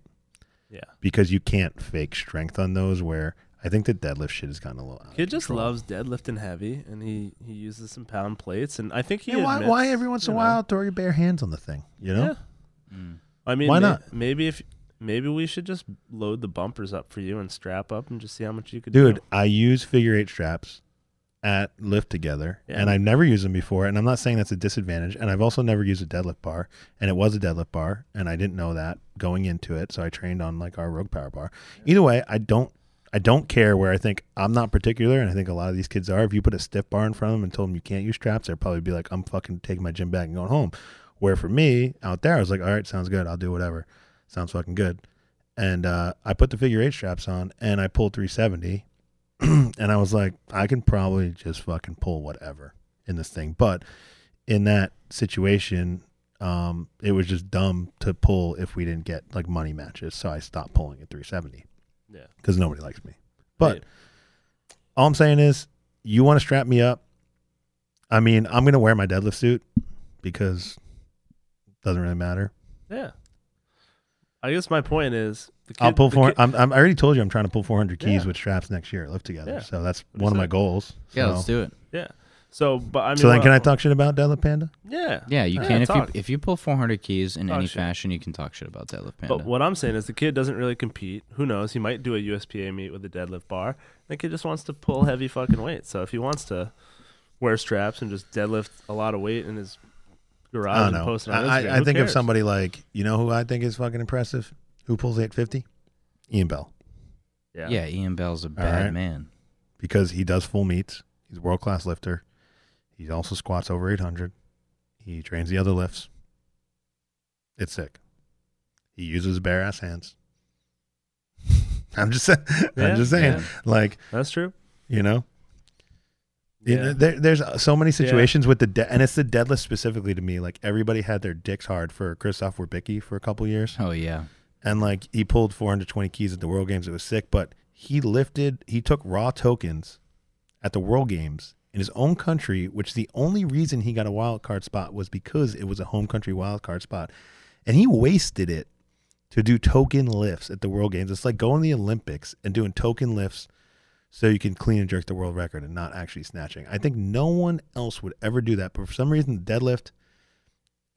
S1: Yeah.
S2: because you can't fake strength on those where I think the deadlift shit has gotten a little. Out of
S1: Kid just
S2: control.
S1: loves deadlifting heavy, and he he uses some pound plates, and I think he.
S2: Yeah, why,
S1: admits,
S2: why every once in
S1: you
S2: a
S1: know,
S2: while throw your bare hands on the thing? You know,
S1: Yeah.
S3: Mm.
S1: I mean,
S2: Why
S1: may-
S2: not?
S1: Maybe if maybe we should just load the bumpers up for you and strap up and just see how much you could do.
S2: dude. I use figure eight straps at lift together,
S1: Yeah.
S2: and I've never used them before. And I'm not saying that's a disadvantage. And I've also never used a deadlift bar, and it was a deadlift bar, and I didn't know that going into it. So I trained on like our Rogue Power bar. Either way, I don't. I don't care where I think I'm not particular, and I think a lot of these kids are. If you put a stiff bar in front of them and told them you can't use straps, they'd probably be like, "I'm fucking taking my gym bag and going home." Where for me out there, I was like, "All right, sounds good. I'll do whatever. Sounds fucking good." and uh, I put the figure eight straps on and I pulled 370. and I was like, I can probably just fucking pull whatever in this thing. But in that situation, um, it was just dumb to pull if we didn't get like money matches. So I stopped pulling at 370
S1: Yeah.
S2: because nobody likes me. But
S1: Right.
S2: all I'm saying is, you want to strap me up. I mean, I'm going to wear my deadlift suit because it doesn't really matter.
S1: yeah. I guess my point is the kid,
S2: I'll pull
S1: the
S2: four.
S1: kid-
S2: I'm, I'm, I already told you I'm trying to pull 400 keys
S1: Yeah.
S2: with straps next year. at Lift together.
S1: Yeah.
S2: So that's
S1: What
S2: one
S1: is
S2: of my
S1: that?
S2: goals.
S3: Yeah,
S2: so.
S3: let's do it.
S1: yeah. So, but I mean,
S2: So then, can I
S1: well,
S2: talk shit about Deadlift Panda?
S1: Yeah.
S3: Yeah, you
S1: Yeah,
S3: can if you
S1: talk.
S3: if you pull 400 keys in
S1: Talk
S3: any
S1: shit.
S3: fashion, you can talk shit about Deadlift Panda.
S1: But what I'm saying is the kid doesn't really compete. Who knows? He might do a USPA meet with a deadlift bar. The kid just wants to pull heavy fucking weight. So if he wants to wear straps and just deadlift a lot of weight in his
S2: I
S1: garage
S2: don't
S1: and
S2: know.
S1: post it on
S2: I,
S1: Instagram,
S2: I, I
S1: who
S2: think of
S1: cares?
S2: somebody like you know who I think is fucking impressive. Who pulls 850? Ian Bell
S1: Yeah.
S3: yeah, Ian Bell's a bad
S2: right.
S3: man.
S2: because he does full meets. He's a world class lifter. He also squats over 800. He trains the other lifts. It's sick. He uses bare ass hands. I'm just saying.
S1: Yeah,
S2: I'm just saying.
S3: yeah.
S2: Like
S1: That's true.
S2: you know. You know,
S1: Yeah.
S2: there, there's so many situations with the de- and it's the deadlift specifically to me. Like everybody had their dicks hard for Christoph Wierbicki for a couple years,
S3: Oh yeah.
S2: and like he pulled 420 keys at the World Games. It was sick, but he lifted. He took raw tokens at the World Games in his own country, which the only reason he got a wild card spot was because it was a home country wild card spot, and he wasted it to do token lifts at the World Games. It's like going to the Olympics and doing token lifts so you can clean and jerk the world record and not actually snatching. I think no one else would ever do that, but for some reason, deadlift.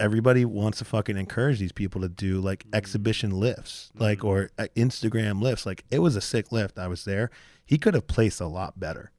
S2: Everybody wants to fucking encourage these people to do like exhibition lifts, like or uh, Instagram lifts. Like it was a sick lift. I was there. He could have placed a lot better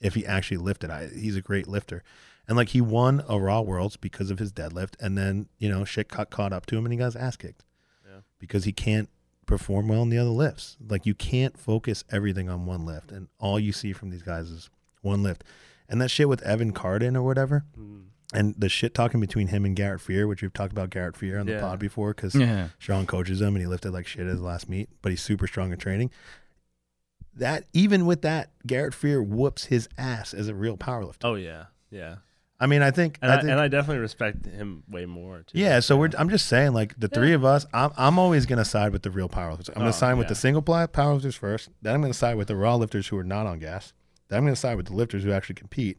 S2: if he actually lifted. I, he's a great lifter. And like he won a Raw Worlds because of his deadlift, and then you know shit got caught up to him, and he got his ass kicked
S1: Yeah.
S2: because he can't perform well in the other lifts. Like you can't focus everything on one lift, and all you see from these guys is one lift. And that shit with Evan Cardin or whatever,
S1: Mm.
S2: and the shit talking between him and Garrett Fear, which we've talked about Garrett Fear on the
S1: Yeah.
S2: pod before, because
S3: Yeah.
S2: Sean coaches him and he lifted like shit at his last meet, but he's super strong in training. That even with that, Garrett Fear whoops his ass as a real powerlifter.
S1: Oh yeah, yeah.
S2: I mean, I think,
S1: And
S2: I
S1: I,
S2: think
S1: and I definitely respect him way more too.
S2: yeah. So we're I'm just saying, like the three of us, I'm I'm always gonna side with the real powerlifters. I'm gonna
S1: Oh,
S2: side with
S1: yeah.
S2: the single ply powerlifters first. Then I'm gonna side with the raw lifters who are not on gas. Then I'm gonna side with the lifters who actually compete.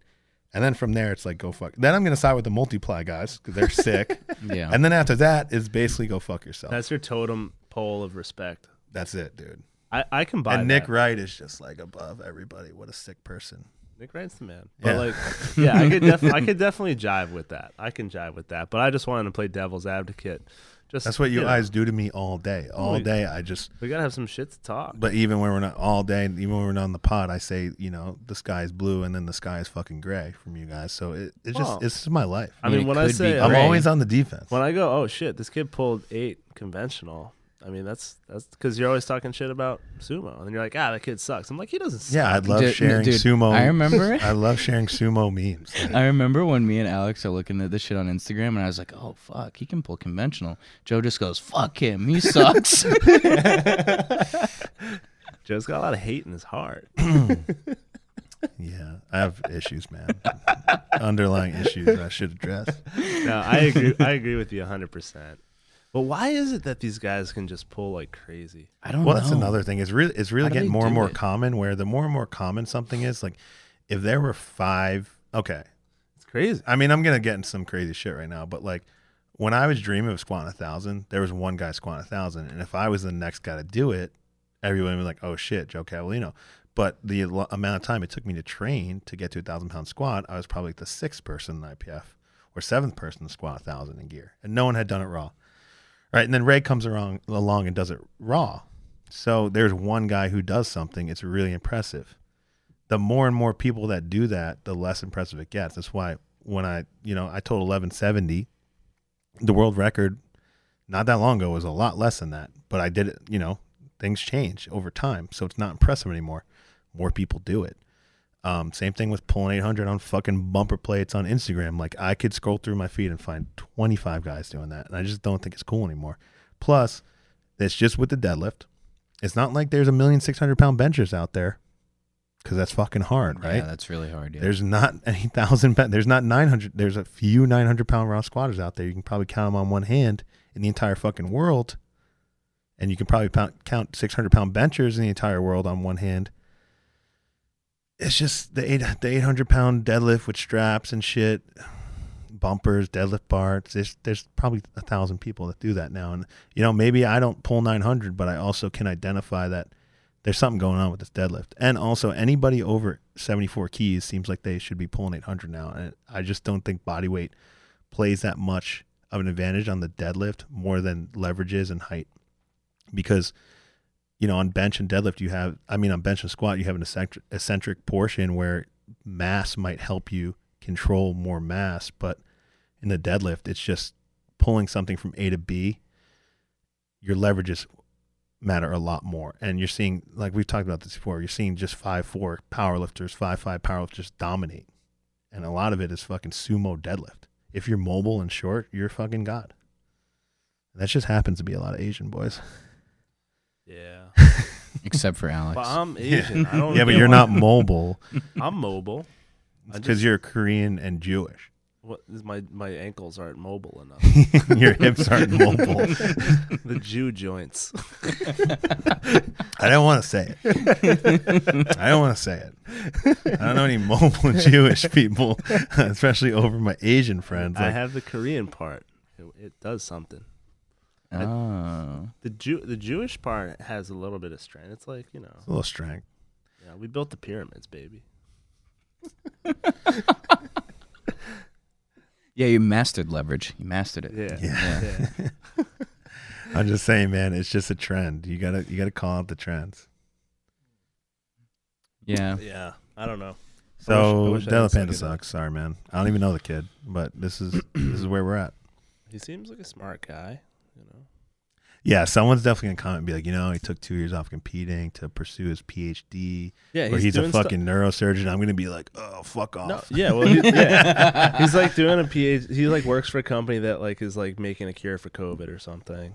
S2: And then from there, it's like go fuck. Then I'm gonna side with the multiply guys because they're sick.
S3: Yeah.
S2: And then after that is basically go fuck yourself. That's,
S1: that's your totem pole of respect.
S2: it, dude.
S1: I, I can buy
S2: and Nick
S1: that.
S2: Wright is just like above everybody. What a sick person.
S1: Nick Wright's the man.
S2: Yeah.
S1: But like, yeah, I could def- I could definitely jive with that. I can jive with that. But I just wanted to play devil's advocate. Just
S2: That's what you
S1: know,
S2: guys do to me all day. All
S1: Holy-
S2: day, I just.
S1: We gotta have some shit to talk.
S2: But even when we're not all day, even when we're not on the pod, I say, you know, the sky is blue, and then the sky is fucking gray from you guys. So it, it's
S1: Well,
S2: just it's just my life.
S1: I
S3: mean,
S1: mean,
S3: it
S1: when I
S3: could be
S1: say
S2: I'm
S3: gray.
S2: always on the defense.
S1: when I go, oh shit, this kid pulled eight conventional. I mean, that's that's because you're always talking shit about sumo, and then you're like, ah, that kid sucks. I'm like, he doesn't. Suck.
S2: yeah, I love
S3: Dude,
S2: sharing
S3: dude,
S2: sumo.
S3: I remember-
S2: I love sharing sumo memes. Like,
S3: I remember when me and Alex are looking at this shit on Instagram, and I was like, "Oh fuck, he can pull conventional." Joe just goes, "Fuck him, he sucks."
S1: Joe's got a lot of hate in his heart.
S2: yeah, I have issues, man. Underlying issues I should address.
S1: no, I agree. I agree with you 100. percent But why is it that these guys can just pull like crazy?
S3: I don't
S2: Well,
S3: know.
S2: that's another thing. It's really it's
S3: How
S2: really
S3: do
S2: getting
S3: they
S2: more and
S3: do
S2: more
S3: it?
S2: common. Where the more and more common something is, like if there were five, okay,
S1: It's crazy.
S2: I mean, I'm gonna get in some crazy shit right now, but like when I was dreaming of squatting a thousand, there was one guy squatting a thousand, and if I was the next guy to do it, everyone would be like, "Oh shit, Joe Cavallino." But the lo- amount of time it took me to train to get to a thousand pound squat, I was probably like the sixth person in IPF or seventh person to squat a thousand in gear, and no one had done it raw. Right, and then Ray comes along, along and does it raw. So there's one guy who does something; it's really impressive. The more and more people that do that, the less impressive it gets. That's why when I, you know, I told 1170, the world record not that long ago was a lot less than that, but I did it. You know, things change over time, so it's not impressive anymore. More people do it. Um, same thing with pulling 800 on fucking bumper plates on Instagram. Like I could scroll through my feed and find 25 guys doing that, and I just don't think it's cool anymore. Plus, it's just with the deadlift. It's not like there's a million six hundred pound benchers out there, because that's fucking hard, right?
S3: Yeah, that's really hard. Yeah.
S2: There's not any thousand. pa- There's not nine hundred. There's a few nine hundred pound raw squatters out there. You can probably count them on one hand in the entire fucking world, and you can probably pound, count six hundred pound benchers in the entire world on one hand. It's just the eight the eight hundred pound deadlift with straps and shit, bumpers, deadlift bars. There's there's probably a thousand people that do that now, and you know maybe I don't pull nine hundred, but I also can identify that there's something going on with this deadlift. And also, anybody over 74 keys seems like they should be pulling 800 now. And I just don't think body weight plays that much of an advantage on the deadlift more than leverages and height. Because, you know, on bench and deadlift, you have, I mean, on bench and squat, you have an eccentric, eccentric portion where mass might help you control more mass. But in the deadlift, it's just pulling something from A to B. Your leverage is matter a lot more. And you're seeing, like we've talked about this before, you're seeing just five four powerlifters, five five powerlifters dominate, and a lot of it is fucking sumo deadlift. If you're mobile and short, you're fucking god. And that just happens to be a lot of Asian boys.
S1: Yeah.
S3: Except for Alex.
S1: But I'm Asian. I don't
S2: Yeah, but
S1: get
S2: you're
S1: why-
S2: not mobile
S1: I'm mobile. I
S2: because you're Korean and Jewish.
S1: What is my my ankles aren't mobile enough.
S2: Your hips aren't mobile.
S1: the Jew joints.
S2: I don't want to say it. I don't want to say it. I don't know any mobile Jewish people, especially over my Asian friends.
S1: I
S2: Like,
S1: have the Korean part. It, it does something.
S3: oh.
S1: The Jew the Jewish part has a little bit of strength. It's like you know,
S2: a little strength.
S1: yeah, we built the pyramids, baby.
S3: Yeah, you mastered leverage. You mastered it.
S1: Yeah.
S2: Yeah.
S1: yeah.
S2: I'm just saying, man, it's just a trend. You gotta you gotta call out the trends.
S3: Yeah.
S1: Yeah, I don't know.
S2: So
S1: wish I
S2: Della
S1: didn't suck
S2: Panda
S1: it up.
S2: sucks. Sorry, man. I don't even know the kid, but this is this is where we're at.
S1: He seems like a smart guy. You know,
S2: Yeah, someone's definitely gonna comment and be like, you know, he took two years off competing to pursue his PhD,
S1: yeah,
S2: or he's, a
S1: stu-
S2: fucking neurosurgeon. I'm gonna be like, oh, fuck off.
S1: No, yeah, well, he, yeah, he's like doing a PhD. He like works for a company that like is like making a cure for COVID or something.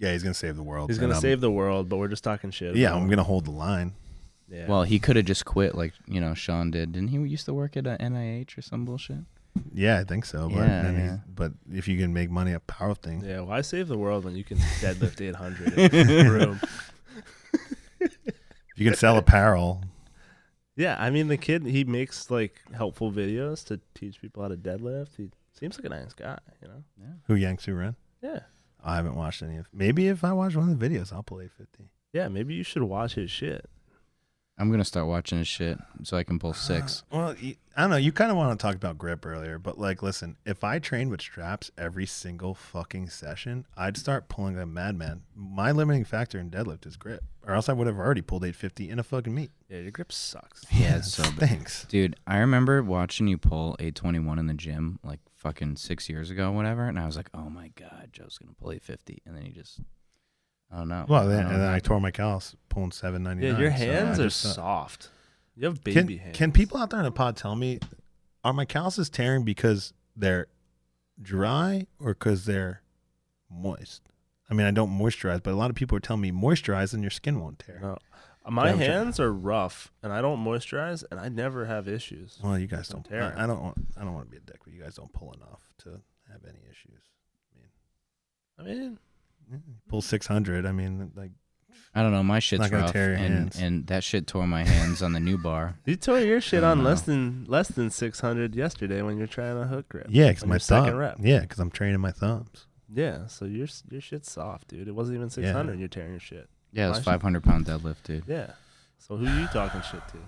S2: Yeah, he's gonna save the world.
S1: He's gonna
S2: and I'm-
S1: save the world, but we're just talking shit.
S2: Yeah,
S1: about
S2: I'm
S1: him.
S2: gonna hold the line.
S1: Yeah.
S3: Well, he could have just quit, like you know Sean did. Didn't he used to work at uh, NIH or some bullshit?
S2: Yeah, I think so. But
S3: Yeah,
S2: then he's-
S3: yeah.
S2: but if you can make money a power thing,
S1: yeah. Why save the world when you can deadlift 800 in the room?
S2: if you can sell apparel,
S1: Yeah, I mean the kid he makes like helpful videos to teach people how to deadlift. He seems like a nice guy, you know.
S2: who yanks who rent?
S1: Yeah.
S2: I haven't watched any of. Maybe if I watch one of the videos, I'll play 50.
S1: Yeah, maybe you should watch his shit.
S3: I'm gonna start watching his shit so I can pull six.
S2: Well, you- I don't know. You kind of want to talk about grip earlier, but like, listen, if I trained with straps every single fucking session, I'd start pulling them madman. My limiting factor in deadlift is grip, or else I would have already pulled 850 in a fucking meet.
S1: Yeah, your grip sucks.
S3: Yeah, it's so bad.
S2: Thanks.
S3: Dude, I remember watching you pull 821 in the gym like fucking six years ago, whatever, and I was like, oh my god, Joe's gonna pull 850, and then he just, I don't know.
S2: Well, then,
S3: I
S2: and
S3: don't
S2: then
S3: know.
S2: I tore my callus pulling
S1: Yeah,
S2: 799.
S1: your
S2: so I
S1: hands are
S2: just, uh,
S1: soft. You have
S2: Can,
S1: baby hands.
S2: can people out there in the pod tell me, are my calluses tearing because they're dry or because they're moist? I mean, I don't moisturize, but a lot of people are telling me moisturize and your skin won't tear.
S1: No. My
S2: Damn, Joe.
S1: hands are rough and I don't moisturize and I never have issues.
S2: Well, you guys don't.
S1: Tearing.
S2: I, I don't want. I don't want to be a dick, but you guys don't pull enough to have any issues.
S1: I mean,
S2: Yeah, you Pull six hundred. I mean, like
S3: I don't know. My shit's
S2: Not gonna
S3: rough,
S2: tear your
S3: and
S2: hands.
S3: and that shit tore my hands on the new bar.
S1: you tore your shit
S3: I
S1: on
S3: don't
S1: less than less than 600 yesterday when you're trying a hook grip.
S2: yeah, because
S1: on
S2: my
S1: your second
S2: thumb.
S1: rep.
S2: Yeah, because I'm training my thumbs.
S1: Yeah, so your s- your shit's soft, dude. It wasn't even 600 and you're tearing your shit.
S3: Yeah, it
S1: My
S3: was
S1: shit-
S3: 500 pound deadlift, dude.
S1: Yeah. So who are you talking shit to?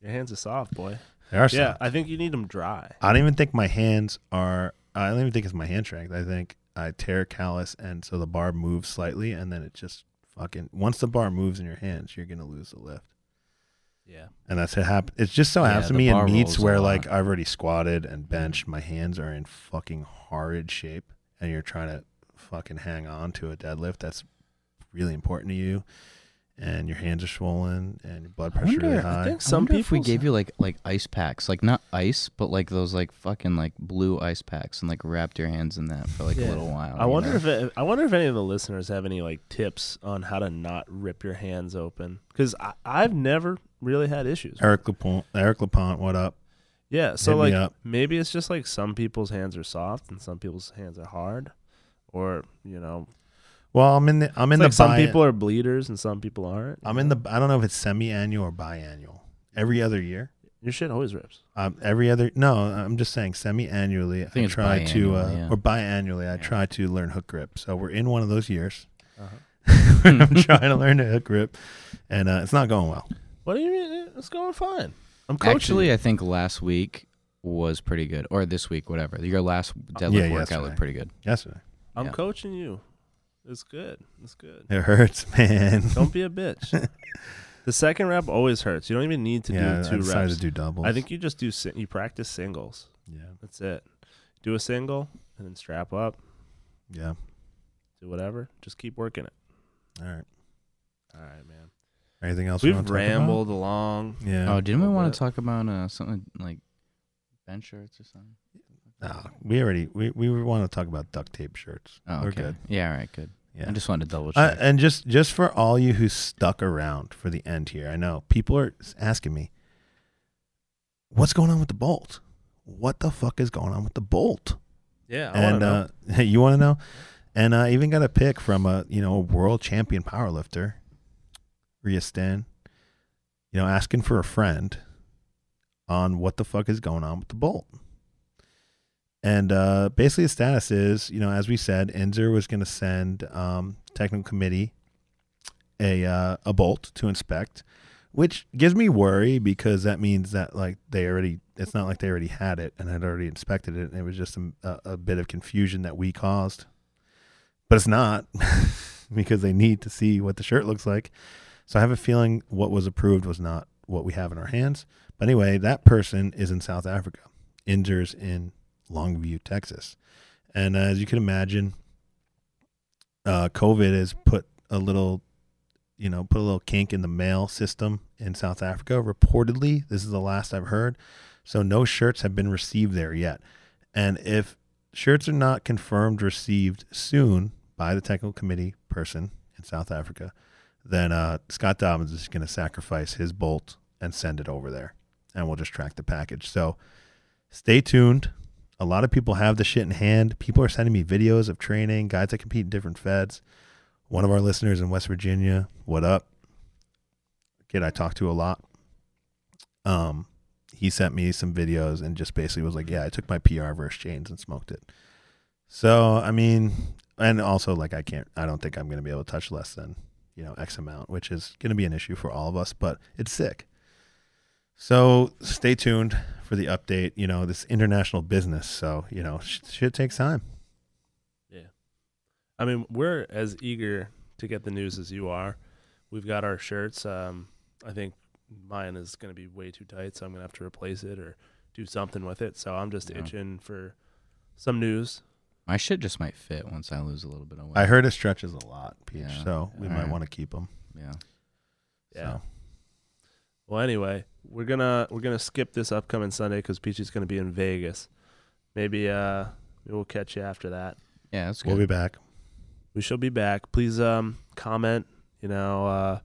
S1: Your hands are soft, boy.
S2: They are
S1: yeah,
S2: soft.
S1: I think you need them dry.
S2: I don't even think my hands are. I don't even think it's my hand strength. I think I tear callus, and so the bar moves slightly, and then it just fucking. Once the bar moves in your hands, you're gonna lose the lift,
S1: Yeah.
S2: and that's it. Happen. It just so
S3: Yeah,
S2: happens to
S3: the
S2: me in
S3: bar
S2: meets
S3: rolls a
S2: where
S3: lot. Mm-hmm.
S2: like I've already squatted and benched. My hands are in fucking horrid shape, and you're trying to fucking hang on to a deadlift that's really important to you, and your hands are swollen, and your blood pressure really
S3: wonder- I
S2: high.
S1: I think
S3: I
S1: some
S3: wonder
S1: people
S3: if we gave you like like ice packs, like not ice, but like those like fucking like blue ice packs, and like wrapped your hands in that for like
S1: Yeah.
S3: a little while.
S1: I
S3: you
S1: wonder
S3: know?
S1: if it, I wonder if any of the listeners have any like tips on how to not rip your hands open because I've never really had issues.
S2: Eric Lepont, Eric Lepont, what up?
S1: Yeah, so
S2: Hit me
S1: like
S2: up.
S1: maybe it's just like some people's hands are soft and some people's hands are hard, or you know,
S2: Well, I'm in the I'm in
S1: it's
S2: the
S1: like some
S2: buy-
S1: people are bleeders and some people aren't. you
S2: I'm in
S1: know?
S2: the. I don't know if it's semi-annual or biannual. Every other year.
S1: your shit always rips.
S2: Um, every other. No, I'm just saying semi-annually. I,
S3: think it's
S2: try to uh,
S3: biannually, yeah.
S2: or biannually. I
S3: Yeah.
S2: try to learn hook grip. So we're in one of those years.
S1: Uh-huh.
S2: I'm trying to learn to hook grip, and uh, it's not going well.
S1: What do you mean? It's going fine. I'm coaching.
S3: Actually,
S1: you.
S3: I think last week was pretty good, or this week, whatever. Your last deadlift
S2: Yeah, yeah, that's
S3: workout
S2: right.
S3: looked pretty good.
S2: Yesterday,
S1: I'm
S3: yeah.
S1: coaching you. It's good. It's good.
S2: it hurts, man.
S1: Don't be a bitch. the second rep always hurts. You don't even need to
S2: yeah, I
S1: do two
S2: decided
S1: reps.
S2: to do doubles.
S1: I think you just do si- you practice singles.
S2: Yeah,
S1: That's it. Do a single and then strap up.
S2: yeah.
S1: Do whatever. Just keep working it.
S2: All right.
S1: All right, man.
S2: Anything else? we wanna
S1: We've
S2: talk about?
S1: rambled along.
S2: Yeah.
S3: oh, didn't we
S1: little
S3: want
S1: bit.
S3: to talk about uh, something like bench shirts or something?
S2: Ah, we already we, we want to talk about duct tape shirts.
S3: Oh,
S2: We're
S3: okay.
S2: good.
S3: Yeah, all right, good.
S2: Yeah.
S3: I just wanted to double
S2: Uh,
S3: check.
S2: and just just for all you who stuck around for the end here, I know people are s- asking me, "What's going on with the bolt? What the fuck is going on with the bolt?"
S1: Yeah. I
S2: and
S1: wanna know.
S2: uh, you want to know? And uh, I even got a pick from a you know a world champion powerlifter, Rhea Stan, you know, asking for a friend on what the fuck is going on with the bolt. And uh, basically, the status is, you know, as we said, Enzer was going to send um, technical committee a uh, a bolt to inspect, which gives me worry because that means that like they already, it's not like they already had it and had already inspected it, and it was just a, a, a bit of confusion that we caused. But it's not because they need to see what the shirt looks like. So I have a feeling what was approved was not what we have in our hands. But anyway, that person is in South Africa. Injures in Longview, Texas. And uh, as you can imagine, uh, COVID has put a little, you know, put a little kink in the mail system in South Africa. Reportedly, this is the last I've heard. So no shirts have been received there yet. And if shirts are not confirmed received soon by the technical committee person in South Africa, then uh, Scott Dobbins is going to sacrifice his bolt and send it over there. And we'll just track the package. So stay tuned. A lot of people have the shit in hand. People are sending me videos of training, guys that compete in different feds. One of our listeners in West Virginia, what up? Kid I talk to a lot. Um, he sent me some videos and just basically was like, Yeah, I took my PR versus James and smoked it. So I mean and also like I can't I don't think I'm gonna be able to touch less than, you know, X amount, which is gonna be an issue for all of us, but it's sick. So stay tuned for the update. You know, this international business. So, you know, sh- shit takes time.
S1: I mean, we're as eager to get the news as you are. We've got our shirts. Um, I think mine is going to be way too tight, so I'm going to have to replace it or do something with it. So I'm just
S3: Yeah.
S1: itching for some news.
S3: My shit just might fit once I lose a little bit of weight.
S2: I heard it stretches a lot, Peach.
S3: Yeah.
S2: So we might
S3: Alright.
S2: want to keep them.
S3: Yeah.
S1: Yeah.
S2: So.
S1: Well, anyway, we're gonna we're gonna skip this upcoming Sunday because Peachy's going to be in Vegas. Maybe uh, we'll catch you after that.
S3: Yeah, that's good.
S2: We'll be back.
S1: we shall be back. Please um comment, you know, uh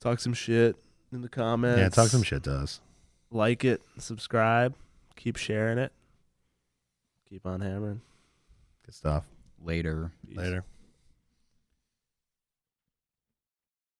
S1: talk some shit in the comments.
S2: yeah, talk some shit to us.
S1: Like it, subscribe, keep sharing it. Keep on hammering.
S2: Good stuff.
S3: Later.
S1: Peace.
S2: Later.